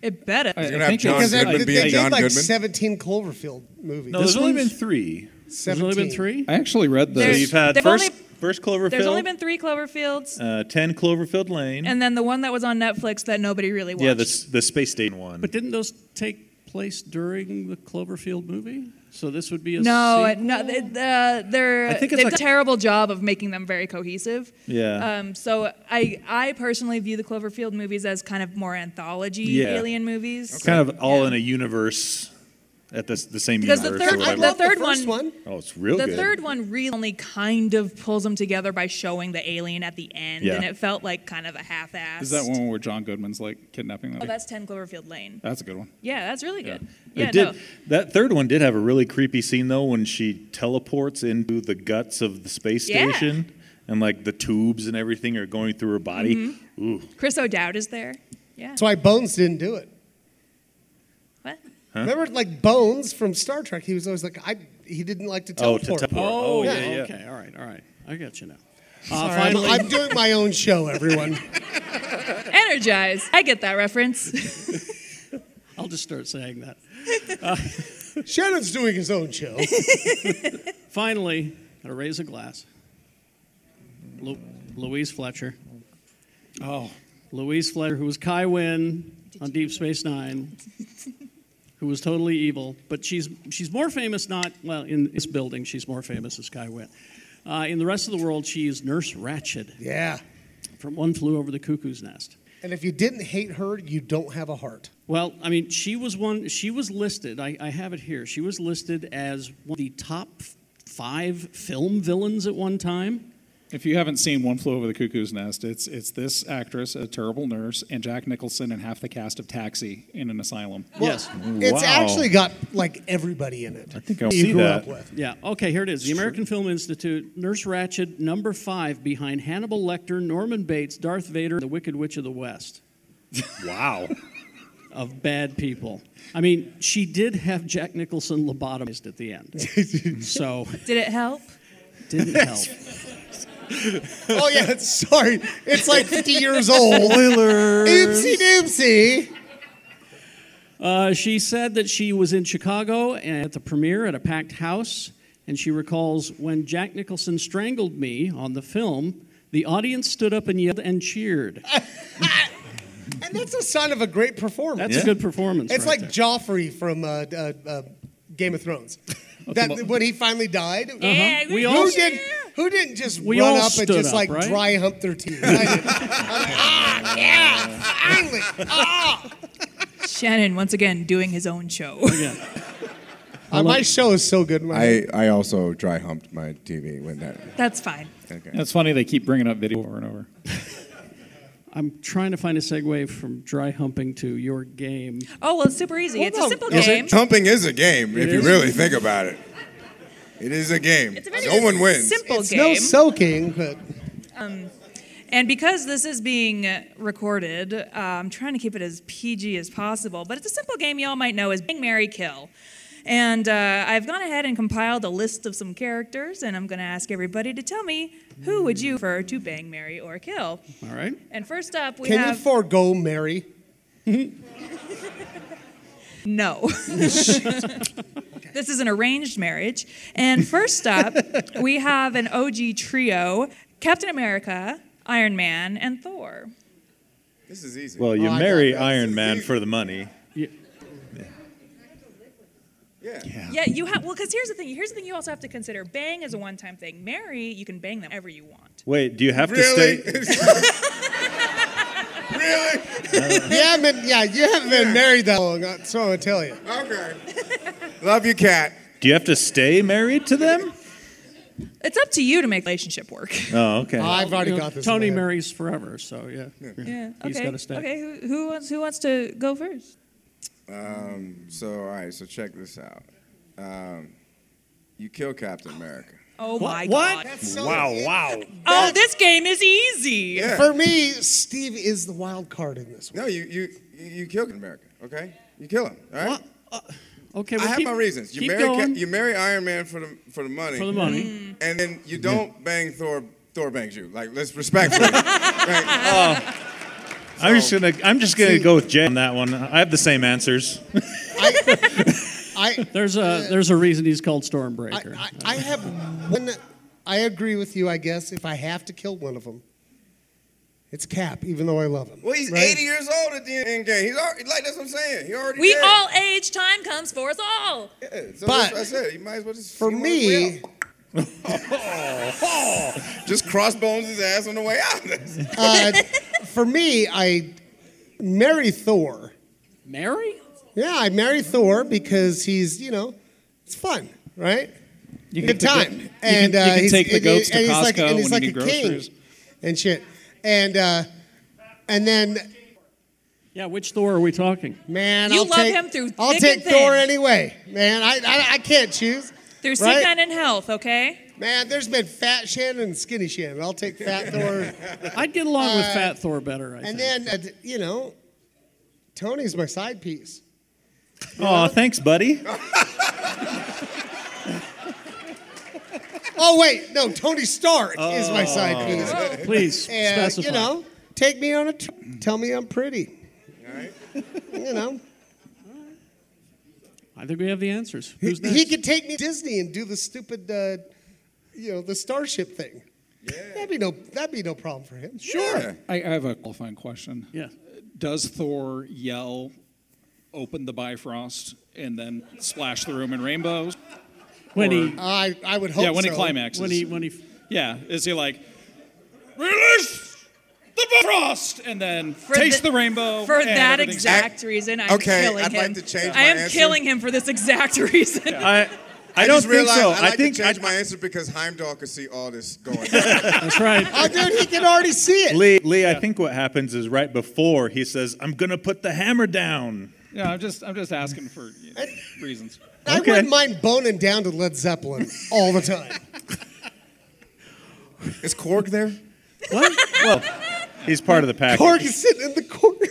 Speaker 7: It better.
Speaker 5: I-
Speaker 8: gonna have John
Speaker 4: because they-
Speaker 8: Goodman
Speaker 4: they,
Speaker 8: being
Speaker 4: did
Speaker 8: John
Speaker 4: like
Speaker 8: Goodman?
Speaker 4: 17 Cloverfield movies.
Speaker 9: No, there's only been three.
Speaker 6: There's only been three?
Speaker 5: I actually read the.
Speaker 9: So you've had
Speaker 7: They've
Speaker 9: first
Speaker 7: only
Speaker 9: First Cloverfield.
Speaker 7: There's only been three
Speaker 5: Uh-huh.
Speaker 7: Cloverfields,
Speaker 9: uh, ten Cloverfield Lane.
Speaker 7: and then the one that was on Netflix that nobody really watched.
Speaker 9: yeah, the the space station one.
Speaker 6: But didn't those take place during the Cloverfield movie? So this would be a
Speaker 7: no,
Speaker 6: sequel?
Speaker 7: it- no, they, uh, they're
Speaker 6: I think it's
Speaker 7: they've
Speaker 6: like-
Speaker 7: done a terrible job of making them very cohesive.
Speaker 9: Yeah.
Speaker 7: Um, so I I personally view the Cloverfield movies as kind of more anthology
Speaker 9: Yeah.
Speaker 7: alien movies.
Speaker 9: It's kind of all in a universe at the, the same
Speaker 7: because the
Speaker 9: universe.
Speaker 7: third
Speaker 9: or
Speaker 7: the,
Speaker 9: whatever.
Speaker 7: third one
Speaker 9: Oh, it's real
Speaker 7: the
Speaker 9: good.
Speaker 7: third one really only kind of pulls them together by showing the alien at the end,
Speaker 5: Yeah.
Speaker 7: and it felt like kind of a half-assed.
Speaker 5: Is that one where John Goodman's like kidnapping them?
Speaker 7: Oh, that's Ten Cloverfield Lane.
Speaker 5: That's a good one.
Speaker 7: Yeah, that's really good.
Speaker 9: It
Speaker 7: Yeah,
Speaker 9: did.
Speaker 7: no.
Speaker 9: That third one did have a really creepy scene though, when she teleports into the guts of the space
Speaker 7: Yeah.
Speaker 9: station, and like the tubes and everything are going through her body.
Speaker 7: Mhm.
Speaker 9: Ooh,
Speaker 7: Chris O'Dowd is there. Yeah.
Speaker 4: That's why Bones didn't do it.
Speaker 7: What?
Speaker 9: Huh?
Speaker 4: Remember, like Bones from Star Trek, he was always like, I he didn't like to
Speaker 9: Oh,
Speaker 4: teleport.
Speaker 9: to teleport. Oh, yeah, yeah.
Speaker 6: Okay, all right, all right. I got you now. Uh,
Speaker 4: Sorry, I'm-
Speaker 6: finally,
Speaker 4: I'm doing my own show, everyone.
Speaker 7: Energize. I get that reference.
Speaker 6: I'll just start saying that.
Speaker 4: Shannon's doing his own show.
Speaker 6: Finally, gotta raise a glass. Lu- Louise Fletcher. Oh. Louise Fletcher, who was Kai Wynn on Deep Space Nine, who was totally evil, but she's she's more famous not well in this building. She's more famous as Kai Wynn. Uh, in the rest of the world, she is Nurse Ratched.
Speaker 4: Yeah.
Speaker 6: From One Flew Over the Cuckoo's Nest.
Speaker 4: and if you didn't hate her, you don't have a heart.
Speaker 6: Well, I mean, she was one. She was listed. I, I have it here. She was listed as one of the top f- five film villains at one time.
Speaker 5: If you haven't seen One Flew Over the Cuckoo's Nest, it's it's this actress, a terrible nurse, and Jack Nicholson and half the cast of Taxi in an asylum.
Speaker 6: Yes.
Speaker 4: It's actually got like everybody in it. I
Speaker 5: think
Speaker 6: I'll
Speaker 4: you
Speaker 6: see
Speaker 4: grew
Speaker 6: that.
Speaker 4: up with.
Speaker 6: Yeah. Okay. Here it is. The American Film Institute. Nurse Ratched, number five, behind Hannibal Lecter, Norman Bates, Darth Vader, and The Wicked Witch of the West.
Speaker 9: Wow.
Speaker 6: of bad people. I mean, she did have Jack Nicholson lobotomized at the end. so
Speaker 7: Did it help?
Speaker 6: didn't help.
Speaker 4: Oh yeah, it's- sorry. It's like 50 years old.
Speaker 6: Spoilers.
Speaker 4: Oopsie doopsie.
Speaker 6: Uh, she said that she was in Chicago at the premiere at a packed house, and she recalls when Jack Nicholson strangled me on the film, the audience stood up and yelled and cheered.
Speaker 4: And that's a sign of a great performance.
Speaker 6: That's a Yeah. good performance
Speaker 4: It's
Speaker 6: right
Speaker 4: like Joffrey from uh, uh, uh, Game of Thrones. That, when he finally died,
Speaker 6: Yeah, we
Speaker 4: who,
Speaker 6: all-
Speaker 4: did, who didn't just
Speaker 6: We
Speaker 4: run
Speaker 6: all
Speaker 4: up and
Speaker 6: stood
Speaker 4: just
Speaker 6: up,
Speaker 4: like
Speaker 6: right?
Speaker 4: dry hump their teeth? I did. I'm like, ah, yeah, finally. Ah.
Speaker 7: Shannon once again doing his own show.
Speaker 4: Uh, my show is so good.
Speaker 8: I, I also dry humped my TV when that.
Speaker 7: That's fine.
Speaker 8: Okay.
Speaker 5: It's funny they keep bringing up video over and over.
Speaker 6: I'm trying to find a segue from dry humping to your game.
Speaker 7: Oh well, it's super easy. it's a simple
Speaker 8: Is
Speaker 7: game.
Speaker 8: it- humping is a game
Speaker 6: It
Speaker 8: if you
Speaker 6: is.
Speaker 8: really think about it. It is a game.
Speaker 7: It's a very
Speaker 8: no one wins.
Speaker 7: simple
Speaker 4: It's
Speaker 7: game.
Speaker 4: no soaking, but
Speaker 7: Um, and because this is being recorded, uh, I'm trying to keep it as PG as possible. But it's a simple game y'all might know as Bang, Mary, Kill. And uh, I've gone ahead and compiled a list of some characters, and I'm going to ask everybody to tell me who would you prefer to bang, marry, or kill.
Speaker 6: All right.
Speaker 7: And first up, we
Speaker 4: can
Speaker 7: have
Speaker 4: you forego Mary?
Speaker 7: No. this is an arranged marriage. And first up, we have an OG trio Captain America, Iron Man, and Thor.
Speaker 8: This is easy.
Speaker 9: Well, you
Speaker 7: Oh,
Speaker 9: marry Iron Man for the money.
Speaker 7: Yeah, you have, well, because here's the thing. Here's the thing you also have to consider bang is a one time thing. Marry, you can bang them whenever you want.
Speaker 9: Wait, do you have
Speaker 8: Really?
Speaker 9: to stay?
Speaker 8: really?
Speaker 4: yeah, I mean, yeah, you haven't been married that long, that's what I'm gonna tell you.
Speaker 8: Okay. Love you, cat.
Speaker 9: Do you have to stay married to them?
Speaker 7: It's up to you to make relationship work.
Speaker 9: Oh, okay.
Speaker 4: I've already
Speaker 6: You know,
Speaker 4: got this. in
Speaker 6: Tony
Speaker 4: my head.
Speaker 6: marries forever, so yeah.
Speaker 7: Yeah.
Speaker 6: He's
Speaker 7: Okay.
Speaker 6: got to stay.
Speaker 7: Okay. Who, who wants who wants to go first?
Speaker 8: Um, so, all right, so check this out. Um, you kill Captain America.
Speaker 7: Oh my
Speaker 6: What?
Speaker 7: god.
Speaker 9: wow, wow.
Speaker 7: Oh, this game is easy.
Speaker 8: Yeah.
Speaker 4: For me, Steve is the wild card in this one.
Speaker 8: No, you you you you kill Captain America. Okay, you kill him. All right.
Speaker 6: What? Okay,
Speaker 8: I
Speaker 6: well,
Speaker 8: have
Speaker 6: keep-
Speaker 8: my reasons. You
Speaker 6: keep
Speaker 8: marry Cap-
Speaker 6: going
Speaker 8: you marry Iron Man for the for the money.
Speaker 6: for the money.
Speaker 7: Mm.
Speaker 8: And then you don't bang Thor. Thor bangs you. Like let's respectfully. right?
Speaker 9: I'm just gonna I'm just gonna go with Jay on that one. I have the same answers.
Speaker 4: I,
Speaker 6: There's a there's a reason he's called Stormbreaker.
Speaker 4: I, I have one I agree with you, I guess, if I have to kill one of them. It's Cap, even though I love him.
Speaker 8: Well, he's
Speaker 4: right?
Speaker 8: 80 years old at the end of the game. He's already, like, that's what I'm saying. He already
Speaker 7: We
Speaker 8: dead.
Speaker 7: all age, time comes for us all.
Speaker 8: Yeah, so
Speaker 4: But-
Speaker 8: that's what I said. He might as well just.
Speaker 4: For
Speaker 8: he might as
Speaker 4: me,
Speaker 8: well. Oh, just crossbones his ass on the way out.
Speaker 4: uh, for me, I marry Thor.
Speaker 6: Mary?
Speaker 4: Yeah, I marry Thor because he's, you know, it's fun, right?
Speaker 5: You
Speaker 4: Good
Speaker 5: can-
Speaker 4: time.
Speaker 5: you can-
Speaker 4: and
Speaker 5: you
Speaker 4: uh,
Speaker 5: can
Speaker 4: he's-
Speaker 5: take the
Speaker 4: and-
Speaker 5: goats to
Speaker 4: and he's like,
Speaker 5: Costco
Speaker 4: and he's like
Speaker 5: when you
Speaker 4: a
Speaker 5: need groceries.
Speaker 4: king and shit. And uh, and then
Speaker 6: Yeah, which Thor are we talking?
Speaker 4: man,
Speaker 7: You
Speaker 4: I'll
Speaker 7: love
Speaker 4: take,
Speaker 7: him through
Speaker 4: I'll
Speaker 7: thick
Speaker 4: take
Speaker 7: and
Speaker 4: Thor
Speaker 7: thin.
Speaker 4: anyway, man. I I, I can't choose.
Speaker 7: Through sick
Speaker 4: Right?
Speaker 7: and in health, okay?
Speaker 4: Man, there's been fat Shannon and skinny Shannon. I'll take fat Thor.
Speaker 6: I'd get along with
Speaker 4: Uh,
Speaker 6: Fat Thor better, I
Speaker 4: And
Speaker 6: think.
Speaker 4: then uh, d- you know, Tony's my side piece.
Speaker 9: Oh, thanks, buddy.
Speaker 4: Oh wait, no, Tony Stark is my side piece.
Speaker 7: Oh.
Speaker 6: Please
Speaker 4: And
Speaker 6: specify.
Speaker 4: you know, take me on a tr- tell me I'm pretty. You know,
Speaker 6: I think we have the answers.
Speaker 4: he,
Speaker 6: Who's next?
Speaker 4: he could take me to Disney and do the stupid, uh, you know, the starship thing. That'd be no, that'd be no problem for him.
Speaker 8: Sure.
Speaker 5: I, I have a qualifying question.
Speaker 6: yeah.
Speaker 5: Does Thor yell, open the Bifrost, and then splash the room in rainbows?
Speaker 6: When
Speaker 5: Or-
Speaker 6: he
Speaker 4: I, I would hope.
Speaker 5: yeah, when
Speaker 4: so.
Speaker 5: he climaxes.
Speaker 6: when he when he
Speaker 5: yeah, is he like, release the Bifrost, and then
Speaker 7: For
Speaker 5: taste
Speaker 7: the-
Speaker 5: the, rainbow?
Speaker 7: For
Speaker 5: and
Speaker 7: that
Speaker 5: everything's-
Speaker 7: exact reason, I'm
Speaker 8: Oh, Okay,
Speaker 7: killing
Speaker 8: I'd like
Speaker 7: him.
Speaker 8: to change my
Speaker 7: I am
Speaker 8: answer.
Speaker 7: killing him for this exact reason.
Speaker 9: I, I,
Speaker 8: I,
Speaker 9: don't
Speaker 8: just
Speaker 9: think
Speaker 8: realized
Speaker 9: so.
Speaker 8: I, like
Speaker 9: think
Speaker 8: to change
Speaker 9: I-
Speaker 8: my answer because Heimdall could see all this going. on.
Speaker 6: That's right.
Speaker 4: Oh, dude, he can already see it.
Speaker 9: Lee, Lee, I think what happens is right before he says, "I'm gonna put the hammer down."
Speaker 5: Yeah, I'm just, I'm just asking for you know, reasons.
Speaker 4: I
Speaker 9: okay.
Speaker 4: wouldn't mind boning down to Led Zeppelin all the time.
Speaker 8: Is Korg there?
Speaker 9: What? well, he's part of the package.
Speaker 4: Cork is sitting in the corner.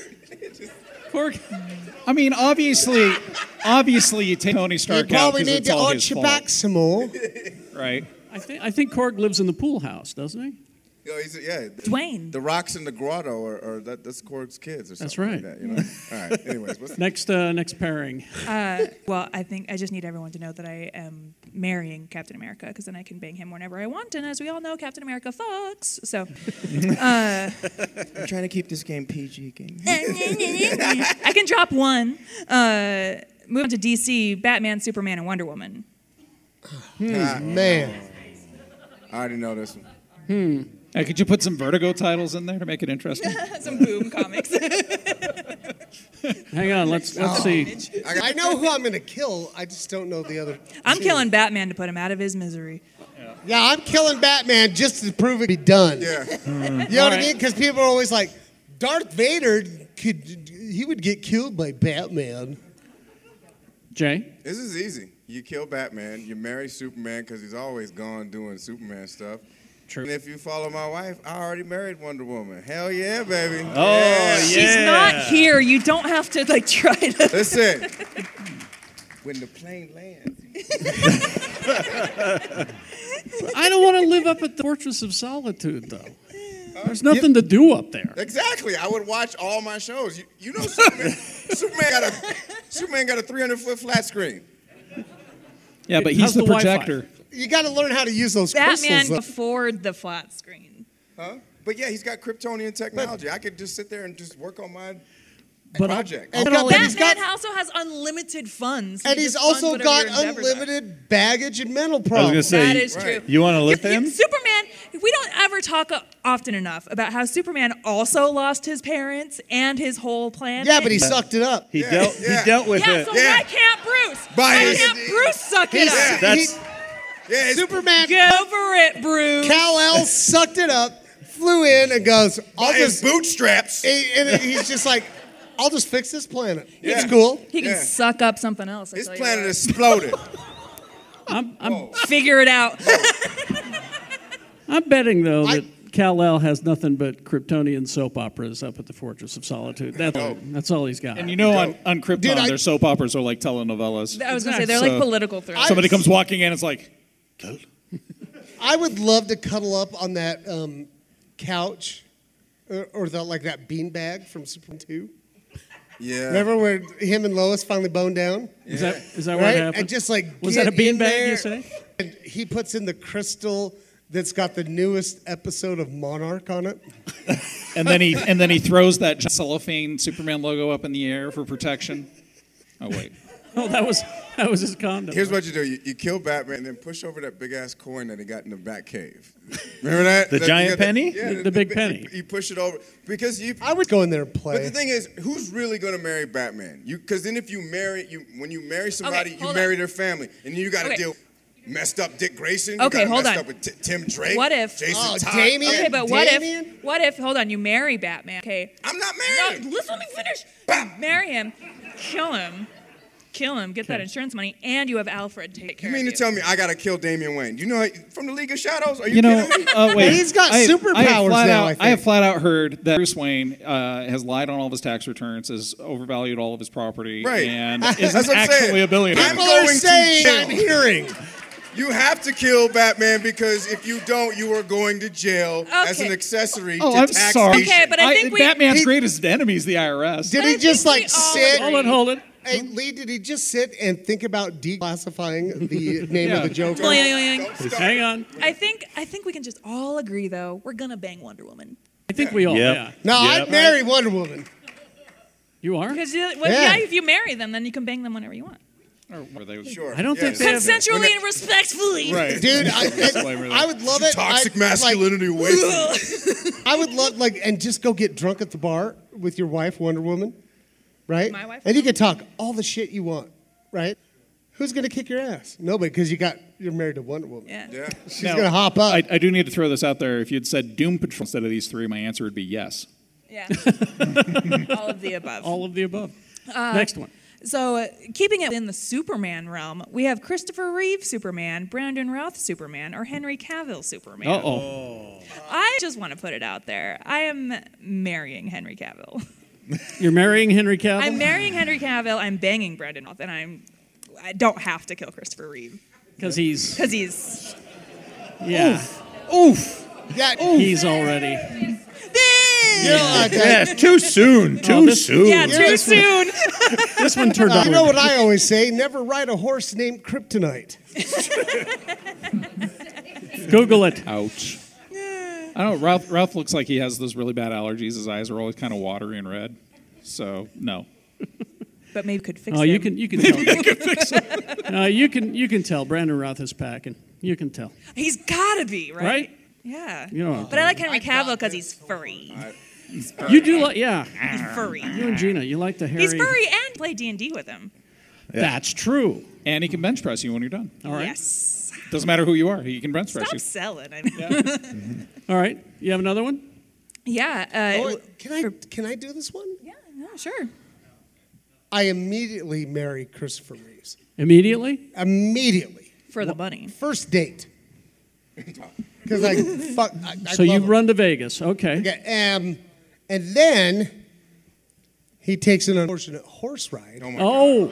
Speaker 5: I mean, obviously, obviously, you take Tony
Speaker 4: You
Speaker 5: Stark out
Speaker 4: probably
Speaker 5: because
Speaker 4: need
Speaker 5: it's
Speaker 4: to
Speaker 5: all
Speaker 4: arch
Speaker 5: his
Speaker 4: your
Speaker 5: fault,
Speaker 4: back some more.
Speaker 5: right?
Speaker 6: I think I think Korg lives in the pool house, doesn't he?
Speaker 8: Yo, he's, yeah.
Speaker 7: Dwayne.
Speaker 8: The rocks in the grotto are, are that, that's Korg's kids or something.
Speaker 6: That's
Speaker 8: Like
Speaker 6: right.
Speaker 8: that, you know? All right. Anyways, what's
Speaker 6: Next uh, next pairing.
Speaker 7: Well, I think I just need everyone to know that I am marrying Captain America because then I can bang him whenever I want. And as we all know, Captain America fucks. So
Speaker 12: I'm trying to keep this game PG game.
Speaker 7: I can drop one. Uh, move on to DC, Batman, Superman, and Wonder Woman.
Speaker 4: Mm. Man,
Speaker 8: I already know this one.
Speaker 5: Hey, could you put some Vertigo titles in there to make it interesting?
Speaker 7: Some boom comics.
Speaker 6: Hang on, let's let's see.
Speaker 4: I know who I'm gonna kill. I just don't know the other.
Speaker 7: I'm killing Batman to put him out of his misery.
Speaker 4: Yeah, I'm killing Batman just to prove it be done.
Speaker 8: Yeah.
Speaker 4: You know what I mean? Because people are always like, Darth Vader could he would get killed by Batman.
Speaker 6: Jay.
Speaker 8: This is easy. You kill Batman, you marry Superman because he's always gone doing Superman stuff.
Speaker 6: True.
Speaker 8: And if you follow my wife, I already married Wonder Woman. Hell yeah, baby.
Speaker 9: Oh yeah.
Speaker 7: She's not here. You don't have to like try to.
Speaker 8: Listen. when the plane lands.
Speaker 6: I don't want to live up at the Fortress of Solitude though. There's nothing to do up there.
Speaker 8: Exactly. I would watch all my shows. You, you know Superman, Superman got a Superman got a 300 foot flat screen.
Speaker 5: yeah, but
Speaker 6: How's
Speaker 5: he's the,
Speaker 6: the Wi-Fi?
Speaker 5: projector.
Speaker 4: You got to learn how to use those
Speaker 7: Batman
Speaker 4: crystals. though.
Speaker 7: afford the flat screen.
Speaker 8: Huh? But yeah, he's got Kryptonian technology. I could just sit there and just work on my
Speaker 6: But I-
Speaker 8: project.
Speaker 4: And-
Speaker 6: I'll-
Speaker 4: Batman
Speaker 7: Batman
Speaker 4: he's got-
Speaker 7: also has unlimited funds.
Speaker 4: And he's also got unlimited baggage and mental
Speaker 9: I was gonna
Speaker 4: problems.
Speaker 9: say.
Speaker 7: That is
Speaker 8: Right.
Speaker 7: true.
Speaker 9: You want to
Speaker 7: You-
Speaker 9: lift
Speaker 7: you-
Speaker 9: him?
Speaker 7: Superman, we don't ever talk uh, often enough about how Superman also lost his parents and his whole planet.
Speaker 4: Yeah, but he sucked it up.
Speaker 9: He
Speaker 8: Yeah,
Speaker 9: dealt.
Speaker 8: yeah.
Speaker 9: He dealt with
Speaker 7: Yeah,
Speaker 9: it.
Speaker 7: so
Speaker 8: Yeah.
Speaker 7: why can't Bruce?
Speaker 8: By
Speaker 7: why
Speaker 8: his-
Speaker 7: can't Bruce suck it
Speaker 4: He's-
Speaker 7: up?
Speaker 9: That's-
Speaker 8: yeah, it's
Speaker 4: Superman
Speaker 7: Get over it, Bruce.
Speaker 4: Cal El sucked it up, flew in, and goes, I'll
Speaker 8: by his
Speaker 4: just.
Speaker 8: bootstraps.
Speaker 4: he- And he's just like, I'll just fix this planet.
Speaker 8: Yeah.
Speaker 4: It's cool.
Speaker 7: he can
Speaker 8: Yeah.
Speaker 7: suck up something else. I
Speaker 8: His
Speaker 7: tell you
Speaker 8: planet
Speaker 7: what.
Speaker 8: exploded.
Speaker 6: I'm I'm,
Speaker 7: Figure it out.
Speaker 8: Oh,
Speaker 6: I'm betting though
Speaker 4: I-
Speaker 6: that Kal El has nothing but Kryptonian soap operas up at the Fortress of Solitude. That's
Speaker 4: Oh.
Speaker 6: that's all he's got.
Speaker 5: And you know, on, on Krypton,
Speaker 4: Dude, I-
Speaker 5: their soap operas are like telenovelas.
Speaker 7: I was gonna say they're like
Speaker 5: So-
Speaker 7: political thrillers.
Speaker 5: Somebody comes walking in, it's like,
Speaker 4: I would love to cuddle up on that um, couch or, or the, like that beanbag from Superman 2.
Speaker 8: Yeah.
Speaker 4: Remember when him and Lois finally boned down?
Speaker 6: is that is that what
Speaker 4: right?
Speaker 6: happened?
Speaker 4: And just like
Speaker 6: was
Speaker 4: get
Speaker 6: that a
Speaker 4: in
Speaker 6: beanbag
Speaker 4: there,
Speaker 6: you say?
Speaker 4: And he puts in the crystal that's got the newest episode of Monarch on it.
Speaker 5: And then he and then he throws that cellophane Superman logo up in the air for protection. Oh wait.
Speaker 6: Oh, that was that was his condom.
Speaker 8: Here's what you do: you, you kill Batman, and then push over that big ass coin that he got in the Bat Cave. Remember that?
Speaker 9: The
Speaker 8: That-
Speaker 9: giant
Speaker 8: you got
Speaker 9: penny?
Speaker 8: Yeah,
Speaker 9: The- the big
Speaker 8: bi-
Speaker 9: penny.
Speaker 8: You, you push it over because you.
Speaker 4: I would go in there and play.
Speaker 8: But the thing is, who's really gonna marry Batman? You because then if you marry you when you marry somebody, you
Speaker 7: hold
Speaker 8: marry
Speaker 7: on.
Speaker 8: their family, and then you got to
Speaker 7: Okay.
Speaker 8: deal. Messed up Dick Grayson. you
Speaker 7: Okay,
Speaker 8: gotta
Speaker 7: hold
Speaker 8: messed
Speaker 7: on.
Speaker 8: Up with T- Tim Drake.
Speaker 7: What if? Oh,
Speaker 8: Jason Todd.
Speaker 7: Okay, but what if? What if? Hold on. You marry Batman. Okay.
Speaker 8: I'm not married.
Speaker 7: No, listen, let me finish. You marry him. Kill him. Kill him. Get that insurance money, and you have Alfred take care
Speaker 8: You mean
Speaker 7: of
Speaker 8: to
Speaker 7: you.
Speaker 8: tell me I gotta kill Damian Wayne? You know from the League of Shadows? Are you,
Speaker 5: You know,
Speaker 8: kidding me?
Speaker 5: uh, wait. I- I have flat out-
Speaker 8: I
Speaker 5: have flat out heard that Bruce Wayne uh, has lied on all of his tax returns, has overvalued all of his property,
Speaker 8: Right.
Speaker 5: and
Speaker 8: That's
Speaker 5: is
Speaker 8: what I'm
Speaker 5: actually
Speaker 8: saying.
Speaker 5: a billionaire.
Speaker 8: I'm going to jail.
Speaker 4: hearing.
Speaker 8: You have to kill Batman because if you don't, you are going to jail as an
Speaker 7: Okay.
Speaker 8: accessory
Speaker 5: Oh,
Speaker 8: to
Speaker 5: I'm
Speaker 8: taxation.
Speaker 5: sorry.
Speaker 7: Okay, but I think we-
Speaker 5: Batman's
Speaker 7: He-
Speaker 5: greatest enemy is the IRS.
Speaker 4: Did he just like sit?
Speaker 5: Hold it, hold it.
Speaker 4: Hey, Lee, did he just sit and think about declassifying the name of the Joker?
Speaker 7: Oing, oing, oing.
Speaker 6: Hang on.
Speaker 7: I think I think we can just all agree though. We're gonna bang Wonder Woman.
Speaker 6: I think we all.
Speaker 4: Yep.
Speaker 6: Yeah.
Speaker 4: No, I'd Yep. marry Wonder Woman.
Speaker 6: You are.
Speaker 7: Because you- well,
Speaker 6: Yeah.
Speaker 7: yeah. if you marry them, then you can bang them whenever you want.
Speaker 8: Sure.
Speaker 6: I don't think they have-
Speaker 7: Consensually and respectfully.
Speaker 4: Dude, I, I, I would love it.
Speaker 8: Toxic
Speaker 4: I'd,
Speaker 8: masculinity
Speaker 4: like,
Speaker 8: away from
Speaker 4: I would love like and just go get drunk at the bar with your wife, Wonder Woman, right?
Speaker 7: My wife?
Speaker 4: And you can talk all the shit you want, right? Who's gonna kick your ass? Nobody, because you got you're married to Wonder Woman.
Speaker 7: Yeah.
Speaker 4: She's gonna hop up.
Speaker 5: I, I do need to throw this out there. If you'd said Doom Patrol instead of these three, my answer would be yes.
Speaker 7: Yeah. all of the above.
Speaker 6: All of the above.
Speaker 7: Uh,
Speaker 6: Next one.
Speaker 7: So, uh, keeping it in the Superman realm, we have Christopher Reeve Superman, Brandon Routh Superman, or Henry Cavill Superman.
Speaker 6: Uh oh.
Speaker 7: I just want to put it out there. I am marrying Henry Cavill.
Speaker 6: You're marrying Henry Cavill.
Speaker 7: I'm marrying Henry Cavill. I'm banging Brandon Routh, and I'm I don't have to kill Christopher Reeve
Speaker 6: because he's
Speaker 7: because he's
Speaker 6: yeah.
Speaker 5: Oof.
Speaker 4: Yeah.
Speaker 6: He's already.
Speaker 4: Yeah, okay.
Speaker 9: Yes, too soon. Too
Speaker 6: Oh, this-
Speaker 9: soon.
Speaker 6: yeah, too
Speaker 4: this
Speaker 7: soon.
Speaker 6: this one turned
Speaker 4: Uh, you know
Speaker 6: upward.
Speaker 4: what I always say? Never ride a horse named Kryptonite.
Speaker 6: Google it.
Speaker 5: Ouch. I don't know. Ralph, Ralph looks like he has those really bad allergies. His eyes are always kind of watery and red. So, no.
Speaker 7: but maybe could fix
Speaker 6: Oh,
Speaker 7: him.
Speaker 6: you can you can tell. No, you can you can tell. Brandon Roth is packing. You can tell.
Speaker 7: He's gotta be right.
Speaker 6: Right?
Speaker 7: Yeah.
Speaker 6: You know what I'm
Speaker 7: but I like Henry Cavill because he's furry. He's furry.
Speaker 6: You do like yeah.
Speaker 7: He's furry.
Speaker 6: You and Gina, you like the hairy.
Speaker 7: He's furry and play D and D with him.
Speaker 6: That's true.
Speaker 5: And he can bench press you when you're done. All
Speaker 6: right.
Speaker 7: Yes.
Speaker 5: Doesn't matter who you are. He can bench press
Speaker 7: Stop
Speaker 5: you.
Speaker 7: selling. I mean.
Speaker 6: All right. You have another one?
Speaker 7: Yeah. Uh,
Speaker 4: Oh, can I can I do this one?
Speaker 7: Yeah. No. Sure.
Speaker 4: I immediately marry Christopher Reeves.
Speaker 6: Immediately?
Speaker 4: Immediately.
Speaker 7: For the money.
Speaker 4: First date. Because I fuck. I, I
Speaker 6: so you
Speaker 4: love him.
Speaker 6: run to Vegas. Okay.
Speaker 4: Okay, um, and then he takes an unfortunate horse ride,
Speaker 6: Oh,
Speaker 8: Oh,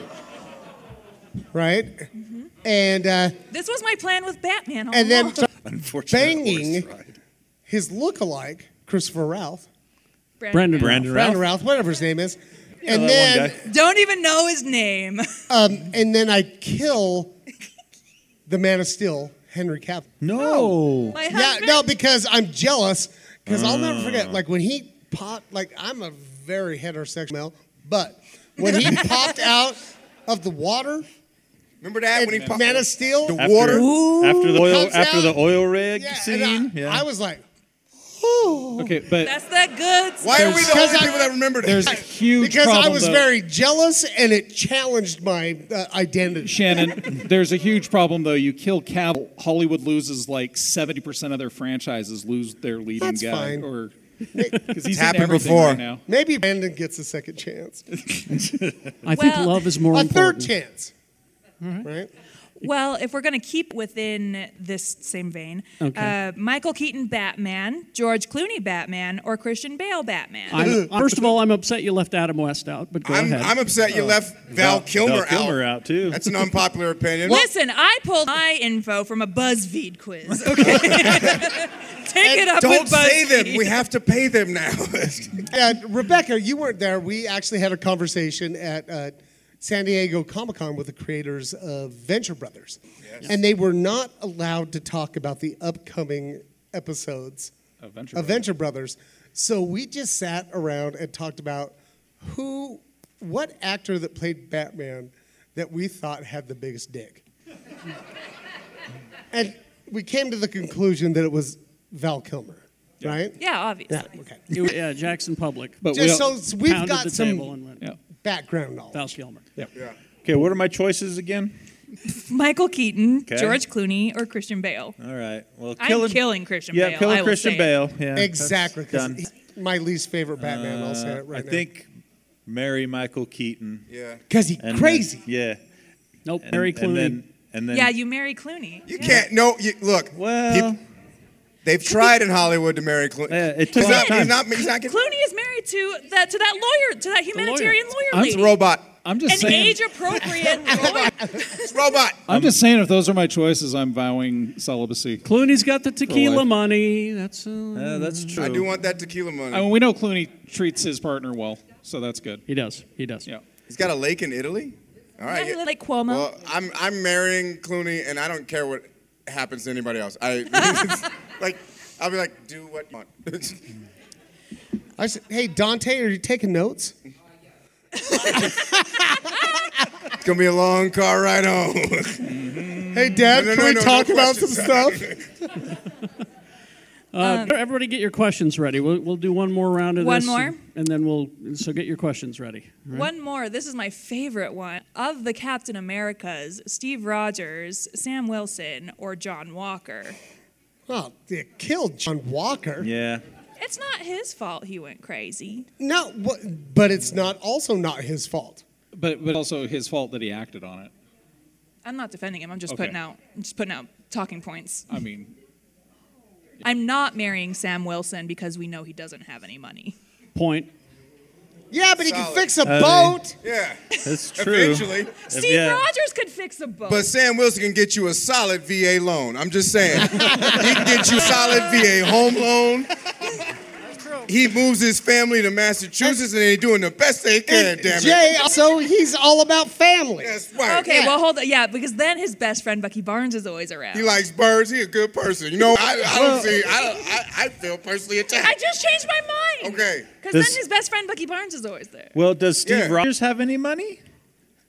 Speaker 4: right?
Speaker 9: Mm-hmm.
Speaker 4: And uh,
Speaker 7: This was my plan with Batman. All
Speaker 4: and then
Speaker 7: along.
Speaker 4: banging his lookalike Christopher Ralph,
Speaker 6: Brandon.
Speaker 9: Brandon Ralph.
Speaker 4: Brandon Ralph, whatever his name is,
Speaker 9: Oh. that
Speaker 4: and
Speaker 9: one
Speaker 4: then
Speaker 7: Don't even know his name.
Speaker 4: um, and then I kill the Man of Steel, Henry Cavill.
Speaker 9: No.
Speaker 7: My
Speaker 4: Yeah,
Speaker 7: husband.
Speaker 4: no, because I'm jealous. Because I'll never
Speaker 9: Ah.
Speaker 4: forget, like when he popped, like I'm a very heterosexual male, but when he popped out of the water,
Speaker 8: Remember that when he
Speaker 4: and
Speaker 8: popped
Speaker 4: Man of Steel,
Speaker 8: the
Speaker 9: After,
Speaker 8: water?
Speaker 9: after the oil
Speaker 4: Comes
Speaker 9: after
Speaker 4: out.
Speaker 9: the oil rig
Speaker 4: Yeah, and I-
Speaker 9: scene. yeah.
Speaker 4: I was like, oh,
Speaker 5: Okay, but
Speaker 7: That's the good.
Speaker 8: Why are we the
Speaker 4: Because
Speaker 8: only
Speaker 4: I-
Speaker 8: people that remember
Speaker 5: there's
Speaker 8: this?
Speaker 5: a huge
Speaker 4: because
Speaker 5: problem.
Speaker 4: I was
Speaker 5: though.
Speaker 4: very jealous, and it challenged my uh, identity.
Speaker 5: Shannon, there's a huge problem though. You kill Cavill, Hollywood loses like 70% of their franchises lose their leading
Speaker 4: That's
Speaker 5: guy
Speaker 4: fine.
Speaker 5: or because he's in
Speaker 8: happened
Speaker 5: everything
Speaker 8: before.
Speaker 5: right now.
Speaker 4: Maybe Brandon gets a second chance,
Speaker 6: I think
Speaker 7: Well-
Speaker 6: love is more
Speaker 4: a third
Speaker 6: important.
Speaker 4: chance, right?
Speaker 7: Well, if we're going to keep within this same vein,
Speaker 6: Okay.
Speaker 7: uh, Michael Keaton Batman, George Clooney Batman, or Christian Bale Batman.
Speaker 6: I'm, first of all, I'm upset you left Adam West out, but go
Speaker 8: I'm,
Speaker 6: ahead.
Speaker 8: I'm upset you left Val, Kilmer,
Speaker 9: Val Kilmer
Speaker 8: out.
Speaker 9: out too.
Speaker 8: That's an unpopular opinion.
Speaker 7: Listen, I pulled my info from a BuzzFeed quiz. Okay. Take it up
Speaker 8: Don't
Speaker 7: with
Speaker 8: say
Speaker 7: BuzzFeed.
Speaker 8: them. We have to pay them now.
Speaker 4: And Rebecca, you weren't there. We actually had a conversation at uh, San Diego Comic Con with the creators of Venture Brothers.
Speaker 13: Yes.
Speaker 4: And they were not allowed to talk about the upcoming episodes
Speaker 5: Of
Speaker 4: of
Speaker 5: Venture
Speaker 4: Venture Brothers. So we just sat around and talked about who, what actor that played Batman that we thought had the biggest dick. and we came to the conclusion that it was Val Kilmer, right?
Speaker 7: Yeah, obviously.
Speaker 4: Yeah, okay.
Speaker 6: It was- yeah, Jackson Public.
Speaker 4: But Just we all- so we've got some- background knowledge.
Speaker 6: Val Kilmer.
Speaker 9: Yeah. Okay, what are my choices again?
Speaker 7: Michael Keaton,
Speaker 9: 'Kay.
Speaker 7: George Clooney, or Christian Bale.
Speaker 9: All right. Well,
Speaker 7: I'm
Speaker 9: killing,
Speaker 7: killing Christian
Speaker 9: yeah,
Speaker 7: Bale, I
Speaker 9: killing
Speaker 7: will
Speaker 9: Christian
Speaker 7: say it.
Speaker 9: Bale. Yeah, that's
Speaker 4: exactly. 'cause
Speaker 9: done.
Speaker 4: he's my least favorite Batman. I'll say
Speaker 9: Uh,
Speaker 4: it right
Speaker 9: I
Speaker 4: now.
Speaker 9: think marry Michael Keaton.
Speaker 8: Yeah.
Speaker 4: 'Cause he
Speaker 9: And then-
Speaker 4: crazy.
Speaker 9: yeah.
Speaker 6: Nope.
Speaker 9: And-
Speaker 6: Mary
Speaker 9: And
Speaker 6: Clooney.
Speaker 9: then, and then
Speaker 7: yeah, you marry Clooney. You
Speaker 8: Can't no. You, look, well, they've tried in Hollywood to marry Clinton.
Speaker 5: Uh,
Speaker 9: it
Speaker 8: he's,
Speaker 9: took
Speaker 8: not,
Speaker 9: time.
Speaker 8: he's not. He's not. Getting,
Speaker 7: Clooney is married to that to that lawyer to that humanitarian lawyer,
Speaker 5: I'm-
Speaker 7: lady.
Speaker 5: It's a robot. I'm just
Speaker 7: an
Speaker 5: saying.
Speaker 7: age appropriate lawyer.
Speaker 8: robot.
Speaker 5: I'm just saying, if those are my choices, I'm vowing celibacy.
Speaker 6: Clooney's got the
Speaker 5: For
Speaker 6: tequila
Speaker 5: life.
Speaker 6: money. That's uh,
Speaker 5: that's true.
Speaker 8: I do want that tequila money.
Speaker 5: I mean, we know Clooney treats his partner well, so that's good.
Speaker 6: He does. He does.
Speaker 5: Yeah.
Speaker 8: he's got a lake in Italy. All right.
Speaker 7: Yeah, like Cuomo.
Speaker 8: Well, I'm I'm marrying Clooney, and I don't care what happens to anybody else. I like. I'll be like, do what you want.
Speaker 4: I said, hey Dante, are you taking notes?
Speaker 8: it's gonna be a long car ride home.
Speaker 4: Hey Dad,
Speaker 8: No, no,
Speaker 4: can
Speaker 8: no,
Speaker 4: we
Speaker 8: no,
Speaker 4: talk
Speaker 8: no
Speaker 4: about some
Speaker 8: questions.
Speaker 4: stuff?
Speaker 6: Uh, everybody, get your questions ready. We'll, we'll do one more round of
Speaker 7: Um, One
Speaker 6: this,
Speaker 7: more?
Speaker 6: and, and then we'll. So get your questions ready. all right?
Speaker 7: One more. This is my favorite one. Of the Captain Americas, Steve Rogers, Sam Wilson, or John Walker.
Speaker 4: Oh, they killed John Walker.
Speaker 9: Yeah.
Speaker 7: It's not his fault he went crazy.
Speaker 4: No, what, but it's not also not his fault.
Speaker 5: But but also his fault that he acted on it.
Speaker 7: I'm not defending him. I'm just
Speaker 5: Okay.
Speaker 7: putting out I'm just putting out talking points.
Speaker 5: I mean,
Speaker 7: I'm not marrying Sam Wilson because we know he doesn't have any money.
Speaker 6: Point.
Speaker 4: Yeah, but he can
Speaker 8: Solid.
Speaker 4: fix a
Speaker 9: Uh,
Speaker 4: boat.
Speaker 8: Yeah.
Speaker 9: That's true.
Speaker 8: Eventually.
Speaker 7: Steve Rogers could fix a boat.
Speaker 8: But Sam Wilson can get you a solid VA loan. I'm just saying. he can get you a solid VA home loan. He moves his family to Massachusetts and they're doing the best they can, damn it.
Speaker 4: Jay, so he's all about family.
Speaker 8: That's right.
Speaker 7: okay,
Speaker 4: yeah.
Speaker 7: well hold on. Yeah, because then his best friend Bucky Barnes is always around.
Speaker 8: He likes birds. He's a good person. You know, I, I don't see, I, don't- I, I feel personally
Speaker 7: I
Speaker 8: attacked.
Speaker 7: just changed my mind.
Speaker 8: Okay.
Speaker 7: Because
Speaker 9: Does-
Speaker 7: then his best friend Bucky Barnes is always there.
Speaker 9: Well, does Steve
Speaker 8: Yeah.
Speaker 9: Rogers have any money?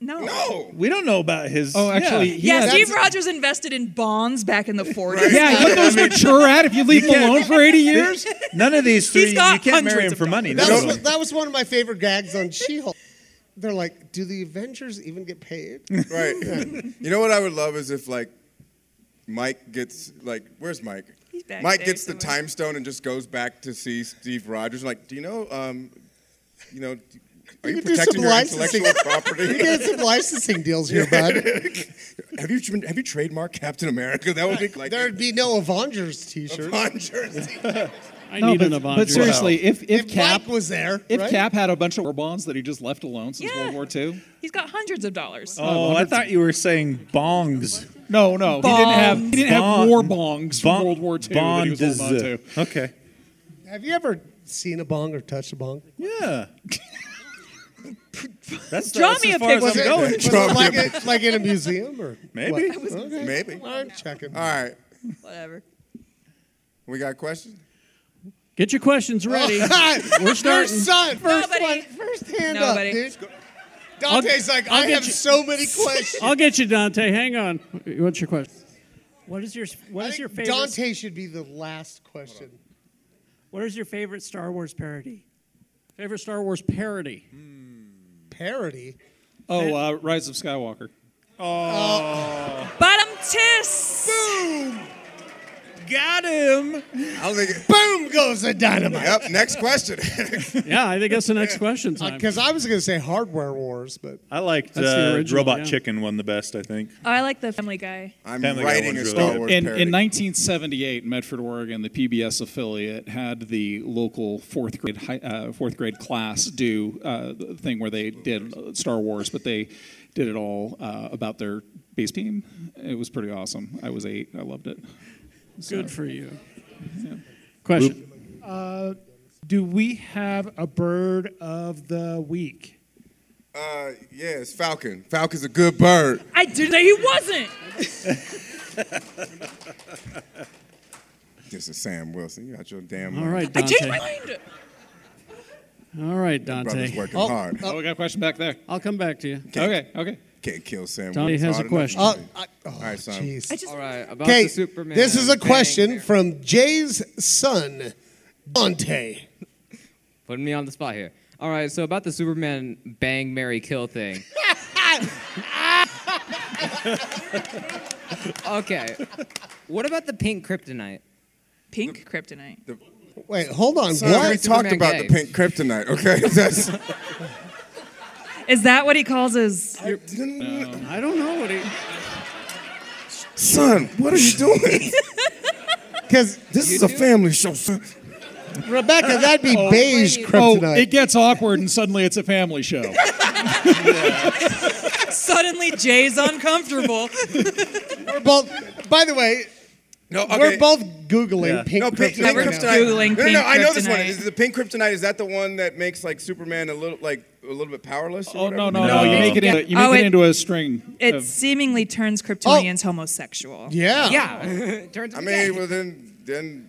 Speaker 7: No.
Speaker 8: No.
Speaker 9: We don't know about his.
Speaker 5: Oh, actually,
Speaker 9: yeah.
Speaker 7: Yeah,
Speaker 5: yeah.
Speaker 7: Steve Rogers invested in bonds back in the 40s.
Speaker 5: yeah, let those mature at if you leave them
Speaker 9: can't-
Speaker 5: alone for 80 years.
Speaker 9: None of these
Speaker 7: He's
Speaker 9: three. You
Speaker 7: got
Speaker 9: can't marry
Speaker 7: hundreds
Speaker 9: him
Speaker 7: of
Speaker 9: for money.
Speaker 4: That
Speaker 9: none
Speaker 4: was,
Speaker 9: of them.
Speaker 4: that was one of my favorite gags on She-Hulk. They're like, do the Avengers even get paid?
Speaker 8: Right. You know what I would love is if, like, Mike gets, like, where's Mike?
Speaker 7: He's back
Speaker 8: Mike
Speaker 7: there
Speaker 8: gets the
Speaker 7: somewhere.
Speaker 8: time stone and just goes back to see Steve Rogers. Like, do you know, um, you know, are you,
Speaker 4: You can do
Speaker 8: protecting
Speaker 4: some
Speaker 8: your
Speaker 4: licensing.
Speaker 8: intellectual
Speaker 4: You
Speaker 8: property?
Speaker 4: get some licensing deals here, bud.
Speaker 8: have you have you trademarked Captain America? That would be like
Speaker 4: There'd be no Avengers T-shirt.
Speaker 8: on jersey.
Speaker 6: I
Speaker 5: No,
Speaker 6: need an
Speaker 5: but,
Speaker 6: Avengers.
Speaker 5: but seriously, if, if,
Speaker 4: If
Speaker 5: Cap
Speaker 4: Mike was there,
Speaker 5: if
Speaker 4: right?
Speaker 5: Cap had a bunch of war bonds that he just left alone since
Speaker 7: Yeah.
Speaker 5: World War II,
Speaker 7: He's got hundreds of dollars.
Speaker 9: Oh, I thought you were saying bongs.
Speaker 5: no, no, he didn't have he didn't have
Speaker 9: Bong-
Speaker 5: war bongs
Speaker 9: Bon-
Speaker 5: from World War II that he was
Speaker 9: bonds.
Speaker 5: holding on to.
Speaker 9: Okay.
Speaker 4: Have you ever seen a bong or touched a bong?
Speaker 9: Yeah. That's
Speaker 7: Draw
Speaker 9: that's
Speaker 7: me
Speaker 9: as
Speaker 7: a
Speaker 9: far as
Speaker 7: picture.
Speaker 9: I'm
Speaker 7: Was it-
Speaker 9: going.
Speaker 4: Was it like, a, like in a museum or
Speaker 9: Maybe.
Speaker 4: what? Okay.
Speaker 8: Maybe. All
Speaker 4: I'm checking.
Speaker 8: right,
Speaker 7: Whatever.
Speaker 8: we got questions.
Speaker 6: get your questions ready. We're
Speaker 4: Your
Speaker 6: starting.
Speaker 4: son, first
Speaker 7: Nobody.
Speaker 4: one, first hand
Speaker 7: Nobody.
Speaker 4: up, dude. Dante's like,
Speaker 6: I'll
Speaker 4: i
Speaker 6: get
Speaker 4: have
Speaker 6: you-
Speaker 4: so many questions.
Speaker 6: I'll get you, Dante. Hang on. What's your question? What is your What
Speaker 4: I
Speaker 6: is your
Speaker 4: think
Speaker 6: favorite?
Speaker 4: Dante should be the last question.
Speaker 6: What is your favorite Star Wars parody? Favorite Star Wars parody?
Speaker 4: Parody.
Speaker 5: Oh, uh, Rise of Skywalker.
Speaker 7: Bottom tiss.
Speaker 9: Got him.
Speaker 8: I don't think. It,
Speaker 4: Boom goes the dynamite.
Speaker 8: yep. Next question.
Speaker 6: Yeah, I think that's the next question time.
Speaker 4: Because I was going to say Hardware Wars, but
Speaker 9: I liked
Speaker 6: That's the
Speaker 9: uh,
Speaker 6: original,
Speaker 9: Robot
Speaker 6: yeah.
Speaker 9: Chicken one the best, I think.
Speaker 7: Oh, I like the Family Guy.
Speaker 8: I'm
Speaker 9: Family Guy
Speaker 8: writing a
Speaker 9: one's
Speaker 8: Star
Speaker 9: really
Speaker 8: Wars
Speaker 5: In,
Speaker 8: parody.
Speaker 5: in 1978, Medford, Oregon, the PBS affiliate had the local fourth grade hi- uh, fourth grade class do uh, the thing where they did uh, Star Wars, but they did it all uh, about their base team. It was pretty awesome. I was eight. I loved it.
Speaker 6: Good for you. Question.
Speaker 14: Uh, Do we have a bird of the week?
Speaker 8: Uh, Uh, yeah, it's Falcon. Falcon's a good bird.
Speaker 7: I didn't say he wasn't.
Speaker 8: This is Sam Wilson. You got your damn.
Speaker 6: All
Speaker 8: mind.
Speaker 6: right, Dante. All right, Dante.
Speaker 8: Brother's working
Speaker 6: oh,
Speaker 8: hard.
Speaker 5: Oh, we got a question back there.
Speaker 6: I'll come back to you.
Speaker 5: Okay, okay.
Speaker 8: Can't kill Sam.
Speaker 6: Tommy
Speaker 8: Wilson.
Speaker 6: has
Speaker 8: Hard
Speaker 6: a
Speaker 8: enough.
Speaker 6: question.
Speaker 4: Oh, I-
Speaker 8: All right, son.
Speaker 4: Jeez.
Speaker 12: All right, about
Speaker 4: Okay,
Speaker 12: the Superman.
Speaker 4: this is a
Speaker 12: thing.
Speaker 4: question from Jay's son, Dante.
Speaker 12: Putting me on the spot here. All right, so about the Superman bang, Mary kill thing. okay. What about the pink kryptonite?
Speaker 7: Pink kryptonite.
Speaker 4: Wait, hold on.
Speaker 8: Son,
Speaker 4: what?
Speaker 8: we talked about the pink kryptonite. Okay, that's.
Speaker 7: Is that what he calls his?
Speaker 6: I don't know what he.
Speaker 8: Son, what are you doing?
Speaker 4: Because
Speaker 8: this is a family show, son.
Speaker 4: Rebecca, that'd be beige
Speaker 5: Oh,
Speaker 4: kryptonite.
Speaker 5: it gets awkward and suddenly it's a family show.
Speaker 7: Suddenly, Jay's uncomfortable.
Speaker 4: We're both. By the way,
Speaker 8: No, okay.
Speaker 4: we're both googling pink
Speaker 8: no,
Speaker 4: kryptonite.
Speaker 8: pink, pink
Speaker 4: right now.
Speaker 8: kryptonite.
Speaker 7: Googling
Speaker 8: no, no, no,
Speaker 7: pink
Speaker 8: I know this one.
Speaker 7: kryptonite.
Speaker 8: Is the pink kryptonite? Is that the one that makes like Superman a little like a little bit powerless? Or
Speaker 5: Oh
Speaker 8: whatever?
Speaker 5: no, no, no! You make it into, you make
Speaker 7: Oh,
Speaker 5: it,
Speaker 7: it-
Speaker 5: into a string.
Speaker 7: It
Speaker 5: of-
Speaker 7: seemingly turns Kryptonians homosexual.
Speaker 4: Yeah.
Speaker 12: Yeah. Turns
Speaker 8: I
Speaker 12: out.
Speaker 8: mean, well then, then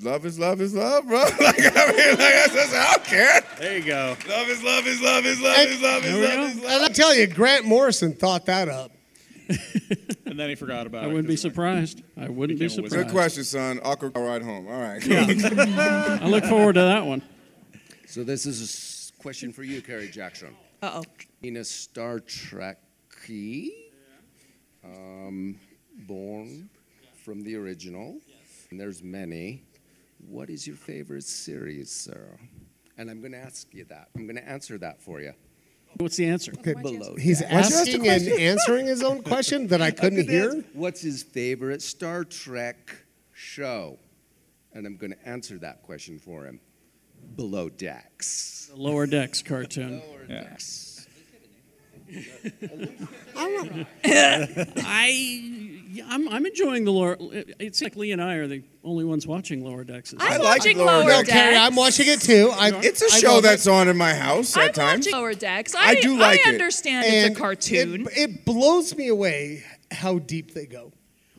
Speaker 8: love is love is love, bro. Like I mean, like that's, that's, I don't care.
Speaker 9: There you go.
Speaker 8: Love is love is love is love is love is love is
Speaker 4: And I tell you, Grant Morrison thought that up.
Speaker 5: and then he forgot about
Speaker 6: I
Speaker 5: it.
Speaker 6: wouldn't be surprised. I wouldn't be
Speaker 5: Became a wizard.
Speaker 6: surprised.
Speaker 8: Good question, son. Awkward ride home. All right.
Speaker 6: I look forward to that one.
Speaker 13: So this is a s- question for you, Carrie Jackson.
Speaker 7: Uh oh.
Speaker 13: In a Star Trek, um, born from the original, and there's many. What is your favorite series, sir? And I'm going to ask you that. I'm going to answer that for you.
Speaker 6: What's the answer?
Speaker 13: Below
Speaker 4: He's
Speaker 13: that.
Speaker 4: asking and answering his own question that I couldn't
Speaker 13: Good answer.
Speaker 4: hear.
Speaker 13: What's his favorite Star Trek show? And I'm going to answer that question for him. Below decks.
Speaker 6: The Lower Decks cartoon. I, yeah, I'm, I'm enjoying the lower. it- It's like Lee and I are the only ones watching Lower Decks.
Speaker 7: I'm
Speaker 8: I like
Speaker 7: watching
Speaker 8: Lower
Speaker 7: Lower
Speaker 8: Decks.
Speaker 7: Decks.
Speaker 8: No,
Speaker 4: Carrie, I'm watching it too. I,
Speaker 8: It's a
Speaker 4: I
Speaker 8: show
Speaker 4: love
Speaker 8: that's
Speaker 4: it.
Speaker 8: on in my house
Speaker 7: I'm
Speaker 8: at times.
Speaker 7: watching Lower Decks.
Speaker 8: I
Speaker 7: I,
Speaker 8: do like it.
Speaker 7: I understand
Speaker 4: And
Speaker 7: it's a cartoon.
Speaker 4: It, it blows me away how deep they go.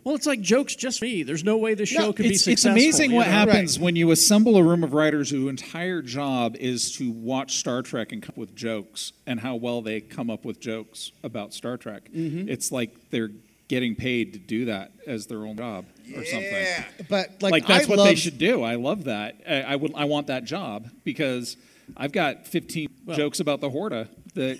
Speaker 6: Well, it's like jokes just me. There's no way the show
Speaker 5: No,
Speaker 6: could be
Speaker 5: it's, it's
Speaker 6: successful.
Speaker 5: amazing
Speaker 6: you
Speaker 5: what
Speaker 6: know?
Speaker 5: happens when you assemble a room of writers whose entire job is to watch Star Trek and come up with jokes, and how well they come up with jokes about Star Trek.
Speaker 6: Mm-hmm.
Speaker 5: It's like they're getting paid to do that as their own job or something.
Speaker 4: But like,
Speaker 5: Like, that's
Speaker 4: I
Speaker 5: what
Speaker 4: love,
Speaker 5: they should do. I love that. I, I would. I want that job because I've got 15 jokes about the Horta that.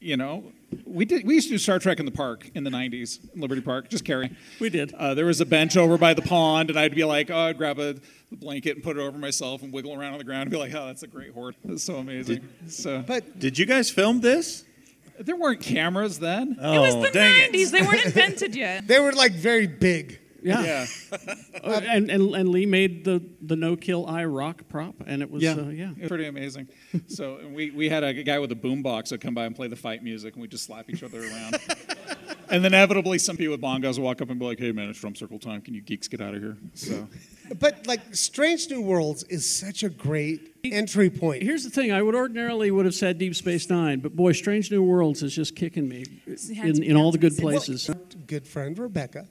Speaker 5: You know, we did. We used to do Star Trek in the park in the '90s, in Liberty Park. Just carry.
Speaker 6: We did.
Speaker 5: Uh, there was a bench over by the pond, and I'd be like, oh, I'd grab a blanket and put it over myself and wiggle around on the ground and be like, oh, that's a great horde. That's so amazing. so
Speaker 4: But
Speaker 9: Did you guys film this?
Speaker 5: there weren't cameras then.
Speaker 9: Oh,
Speaker 7: it was the
Speaker 9: dang it.
Speaker 7: 90s. They weren't invented yet.
Speaker 4: they were like very big.
Speaker 6: Yeah.
Speaker 5: Yeah.
Speaker 6: Uh, and, and and Lee made the the no kill eye rock prop, and it was yeah. Uh, yeah.
Speaker 5: It was pretty amazing. So and we, we had a guy with a boombox that come by and play the fight music, and we just slap each other around. and then inevitably, some people with bongos will walk up and be like, hey, man, it's drum circle time. Can you geeks get out of here? So
Speaker 4: But like Strange New Worlds is such a great entry point.
Speaker 6: Here's the thing: I would ordinarily would have said Deep Space Nine, but boy, Strange New Worlds is just kicking me in, in all the good places.
Speaker 4: good friend Rebecca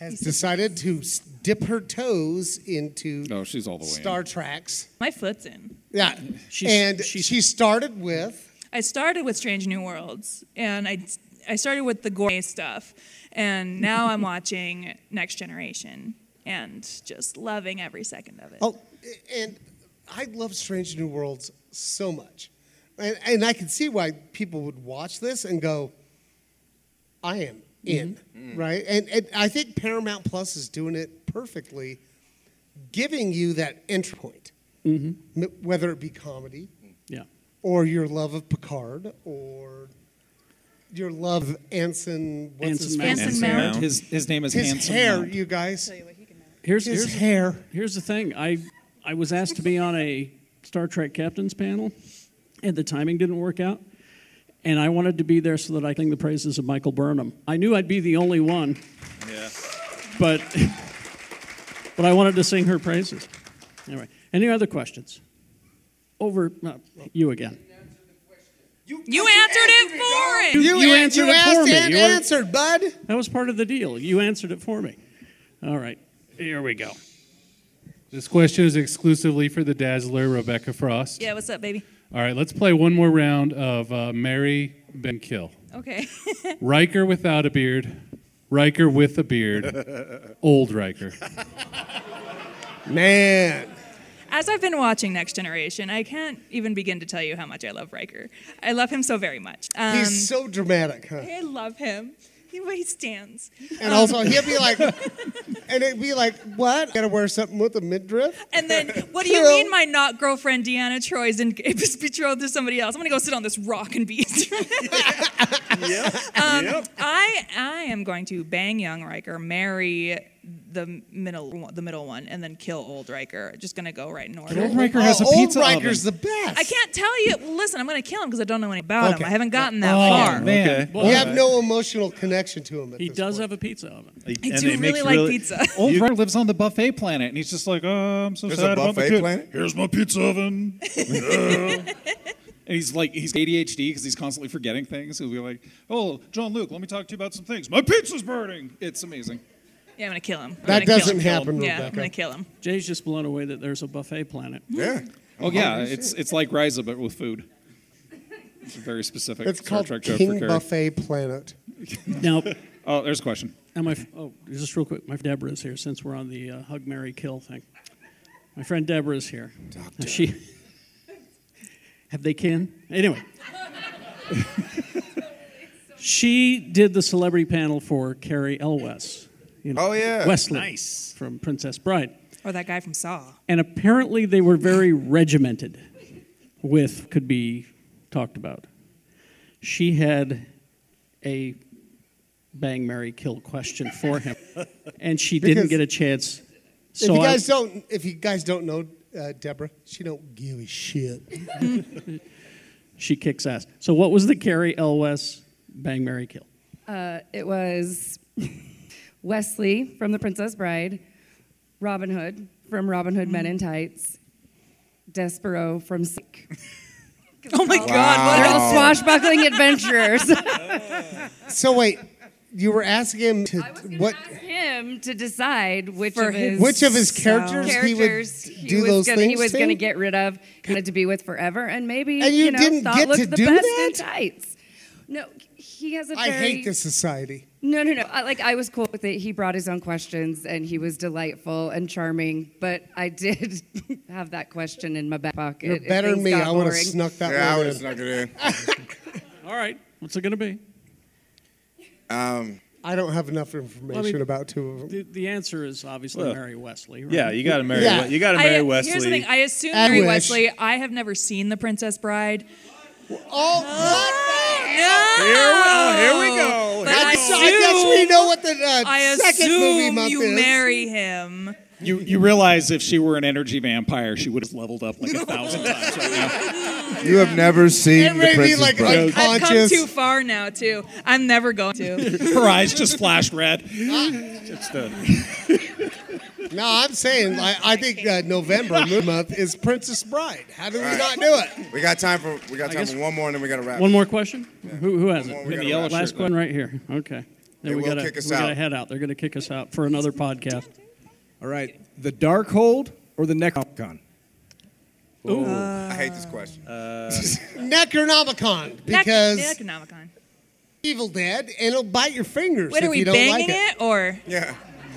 Speaker 4: has decided to s- dip her toes into
Speaker 5: No, Oh, she's all the way in.
Speaker 4: Star Treks.
Speaker 7: My foot's in.
Speaker 4: Yeah,
Speaker 6: She's-
Speaker 4: and
Speaker 6: she's-
Speaker 4: she started with
Speaker 7: I started with Strange New Worlds, and I I started with the gourmet stuff, and now I'm watching Next Generation and just loving every second of it.
Speaker 4: oh, and I love Strange New Worlds so much, and, and I can see why people would watch this and go, "I am
Speaker 6: Mm-hmm.
Speaker 4: in," right? And and I think Paramount Plus is doing it perfectly, giving you that entry point,
Speaker 6: Mm-hmm.
Speaker 4: M- whether it be comedy.
Speaker 6: Yeah.
Speaker 4: or your love of Picard, or your love of Anson. What's his
Speaker 6: Anson
Speaker 4: face?
Speaker 6: Mount.
Speaker 7: Anson Mount.
Speaker 5: his, his name is
Speaker 4: His
Speaker 5: Handsome
Speaker 4: hair,
Speaker 5: Mount.
Speaker 4: you guys.
Speaker 6: Here's
Speaker 4: His
Speaker 6: here's
Speaker 4: hair.
Speaker 6: Here's the thing. I I was asked to be on a Star Trek captain's panel, and the timing didn't work out. And I wanted to be there so that I sing the praises of Michael Burnham. I knew I'd be the only one. Yeah. But but I wanted to sing her praises. Anyway, any other questions? Over uh, you again.
Speaker 7: You, answered, it for it.
Speaker 6: You, you answered
Speaker 4: you
Speaker 6: it for
Speaker 4: asked
Speaker 6: me.
Speaker 4: and
Speaker 6: You were-
Speaker 4: answered, bud.
Speaker 6: That was part of the deal. You answered it for me. All right. Here we go.
Speaker 14: This question is exclusively for the Dazzler, Rebecca Frost.
Speaker 7: Yeah, what's up, baby?
Speaker 14: All right, let's play one more round of uh, Mary Ben Kill.
Speaker 7: Okay.
Speaker 14: Riker without a beard, Riker with a beard, old Riker.
Speaker 4: Man.
Speaker 7: As I've been watching Next Generation, I can't even begin to tell you how much I love Riker. I love him so very much. Um,
Speaker 4: He's so dramatic, huh?
Speaker 7: I love him. The way he stands.
Speaker 4: And
Speaker 7: Um,
Speaker 4: also, he'd be like, and it'd be like, what? Gotta wear something with a midriff?
Speaker 7: And then, what do you
Speaker 4: True.
Speaker 7: mean my not girlfriend Deanna Troy's and is betrothed to somebody else? I'm gonna go sit on this rock and be. um, I I am going to bang young Riker, marry the middle the middle one, and then kill old Riker. Just gonna go right in order.
Speaker 4: old Riker has a Oh, old pizza Riker's oven. the best.
Speaker 7: I can't tell you. well, Listen, I'm gonna kill him because I don't know anything about
Speaker 4: Okay.
Speaker 7: him. I haven't gotten that
Speaker 4: Oh,
Speaker 7: far.
Speaker 4: man.
Speaker 14: Okay.
Speaker 4: You have no emotional connection to him. At
Speaker 6: He
Speaker 4: this
Speaker 6: does have a pizza oven.
Speaker 4: I
Speaker 7: do really like pizza.
Speaker 10: Old Riker lives on the buffet planet, and he's just like, oh, I'm so
Speaker 9: There's a
Speaker 10: sad about my
Speaker 9: buffet
Speaker 10: kid.
Speaker 9: planet?
Speaker 10: Here's my pizza oven. Yeah.
Speaker 5: And he's like, he's ADHD because he's constantly forgetting things. He'll be like, oh, John Luke, let me talk to you about some things. My pizza's burning. It's amazing.
Speaker 7: Yeah, I'm gonna kill him.
Speaker 5: That
Speaker 7: I'm gonna kill
Speaker 5: doesn't
Speaker 7: him. Kill him.
Speaker 5: happen,
Speaker 7: Yeah, I'm
Speaker 5: Rebecca.
Speaker 7: gonna kill him.
Speaker 6: Jay's just blown away that there's a buffet planet.
Speaker 8: Yeah.
Speaker 5: Oh yeah, it's it's like Ryza but with food. It's a very specific.
Speaker 4: It's
Speaker 5: Star
Speaker 4: called
Speaker 5: Trek joke for
Speaker 4: King
Speaker 5: Carrie.
Speaker 4: Buffet Planet.
Speaker 6: Now,
Speaker 5: Oh, there's a question.
Speaker 6: now my f- oh, just real quick, my f- Deborah's here since we're on the uh, hug, Mary, kill thing. My friend Deborah's here. Now She have they kin? Anyway, she did the celebrity panel for Carrie Elwes. You
Speaker 8: Oh, yeah.
Speaker 6: Wesley,
Speaker 8: Nice.
Speaker 6: from Princess Bride.
Speaker 7: Or that guy from Saw.
Speaker 6: And apparently they were very regimented with could be talked about. She had a bang Mary kill question for him. And she didn't
Speaker 4: Because-
Speaker 6: get a chance.
Speaker 4: If
Speaker 6: So
Speaker 4: you
Speaker 6: I-
Speaker 4: guys don't, if you guys don't know uh, Deborah, she don't give a shit.
Speaker 6: she kicks ass. So what was the Carrie Elwes bang Mary kill?
Speaker 15: Uh, it was Wesley from The Princess Bride, Robin Hood from Robin Hood Men in Tights, Despero from Sick.
Speaker 7: Oh my
Speaker 4: God, what
Speaker 15: They're
Speaker 4: a-
Speaker 15: all swashbuckling adventurers.
Speaker 4: so wait, you were asking him to what?
Speaker 15: Him to decide which
Speaker 7: For
Speaker 15: of his
Speaker 4: Which of his characters he would
Speaker 15: characters he
Speaker 4: do
Speaker 15: was
Speaker 4: those
Speaker 15: gonna, he
Speaker 4: things
Speaker 15: was
Speaker 4: to?
Speaker 15: gonna get rid of, wanted to be with forever, and maybe
Speaker 4: And you
Speaker 15: know,
Speaker 4: didn't
Speaker 15: thought
Speaker 4: get to
Speaker 15: looked the
Speaker 4: do
Speaker 15: best
Speaker 4: that?
Speaker 15: in tights. No, he has a
Speaker 4: I
Speaker 15: very
Speaker 4: hate this society.
Speaker 15: No, no, no. I, like I was cool with it. He brought his own questions, and he was delightful and charming. But I did have that question in my back pocket.
Speaker 4: You're
Speaker 15: if
Speaker 4: better than
Speaker 15: things
Speaker 4: me.
Speaker 15: got
Speaker 4: I would have
Speaker 15: boring.
Speaker 4: snuck that
Speaker 8: yeah, I
Speaker 4: one
Speaker 8: would
Speaker 4: in.
Speaker 8: have snuck it in.
Speaker 6: All right. What's it gonna be?
Speaker 8: Um,
Speaker 4: I don't have enough information
Speaker 6: mean,
Speaker 4: about two of them.
Speaker 6: The, the answer is obviously
Speaker 4: Well,
Speaker 6: Mary Wesley. Right?
Speaker 9: yeah, you gotta marry
Speaker 4: Yeah.
Speaker 9: We- you gotta
Speaker 7: I- uh,
Speaker 9: marry
Speaker 7: Here's the
Speaker 9: Wesley.
Speaker 7: thing. I assume
Speaker 9: I
Speaker 7: Mary
Speaker 9: wish.
Speaker 7: Wesley. I have never seen The Princess Bride.
Speaker 4: Oh,
Speaker 7: no!
Speaker 4: Here we- here we go.
Speaker 7: But
Speaker 4: Here
Speaker 7: I,
Speaker 4: we go. I guess we
Speaker 7: assume-
Speaker 4: know what the, uh,
Speaker 7: I
Speaker 4: second movie
Speaker 7: assume
Speaker 4: month
Speaker 7: you
Speaker 4: is.
Speaker 7: marry him.
Speaker 5: You you realize if she were an energy vampire, she would have leveled up like a thousand times.
Speaker 8: you have never seen
Speaker 5: It
Speaker 8: the
Speaker 5: may be
Speaker 8: Princess
Speaker 5: like
Speaker 8: Bride.
Speaker 5: unconscious.
Speaker 7: I've come
Speaker 5: Conscious.
Speaker 7: too far now, too. I'm never going to.
Speaker 5: Her eyes just flashed red.
Speaker 4: It's
Speaker 6: uh,
Speaker 4: no, I'm saying I, I think uh, November moon month is Princess Bride. How did we
Speaker 8: All
Speaker 4: not
Speaker 8: right.
Speaker 4: do it?
Speaker 8: We got time for we got
Speaker 4: I
Speaker 8: time
Speaker 4: guess-
Speaker 8: for one more, and then we got to wrap.
Speaker 6: One
Speaker 8: it.
Speaker 6: more question? Who, who has
Speaker 8: One more,
Speaker 6: it?
Speaker 8: we In the gotta yellow wrap. shirt,
Speaker 6: Last
Speaker 8: though.
Speaker 6: one right here. Okay. Then
Speaker 8: They
Speaker 6: we
Speaker 8: will
Speaker 6: gotta,
Speaker 8: kick us
Speaker 6: we gotta
Speaker 8: out.
Speaker 6: head out. They're gonna kick us out for another podcast.
Speaker 16: All right, the dark hold or the Necrocon?
Speaker 8: Ooh. I hate this question.
Speaker 4: Uh, Necronomicon
Speaker 7: Nec-
Speaker 4: because
Speaker 7: Necronomicon.
Speaker 4: Evil Dead and it'll bite your fingers
Speaker 7: Wait,
Speaker 4: if
Speaker 7: are we
Speaker 4: you don't like
Speaker 7: banging it. or?
Speaker 8: Yeah.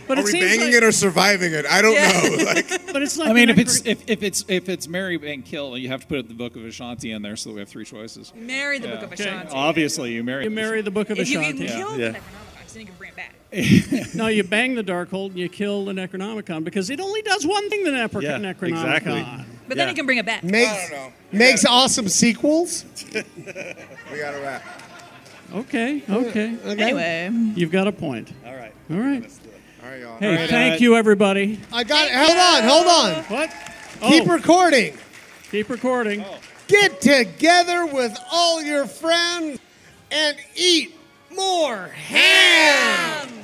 Speaker 6: But
Speaker 8: Are
Speaker 6: it
Speaker 8: we
Speaker 6: seems
Speaker 8: banging
Speaker 6: like-
Speaker 8: it or surviving it? I don't know. Like,
Speaker 6: But it's like
Speaker 5: I mean,
Speaker 6: the
Speaker 5: if it's if, if it's if it's Mary and kill, you have to put the Book of Ashanti in there, so that we have three choices.
Speaker 7: Marry the Book of
Speaker 5: Okay.
Speaker 7: Ashanti.
Speaker 5: Obviously, you marry.
Speaker 6: You marry the Book of
Speaker 7: If you can
Speaker 6: Ashanti.
Speaker 7: kill
Speaker 5: Yeah.
Speaker 7: the Necronomicon, so you can bring it back.
Speaker 6: no, you bang the Darkhold and you kill the Necronomicon because it only does one thing. The Necro-
Speaker 4: Yeah,
Speaker 6: Necronomicon.
Speaker 4: exactly.
Speaker 7: But then you can bring it back.
Speaker 4: Makes, makes awesome sequels.
Speaker 8: we got to wrap.
Speaker 6: Okay. Okay.
Speaker 4: Okay. Anyway.
Speaker 6: you've got a point.
Speaker 8: Uh, All right.
Speaker 6: All right.
Speaker 8: All right, y'all.
Speaker 6: Hey, thank you, everybody.
Speaker 4: I got it. Hold on, hold on.
Speaker 6: What?
Speaker 4: Keep
Speaker 6: Oh.
Speaker 4: recording.
Speaker 6: Keep recording.
Speaker 4: Get together with all your friends and eat more ham.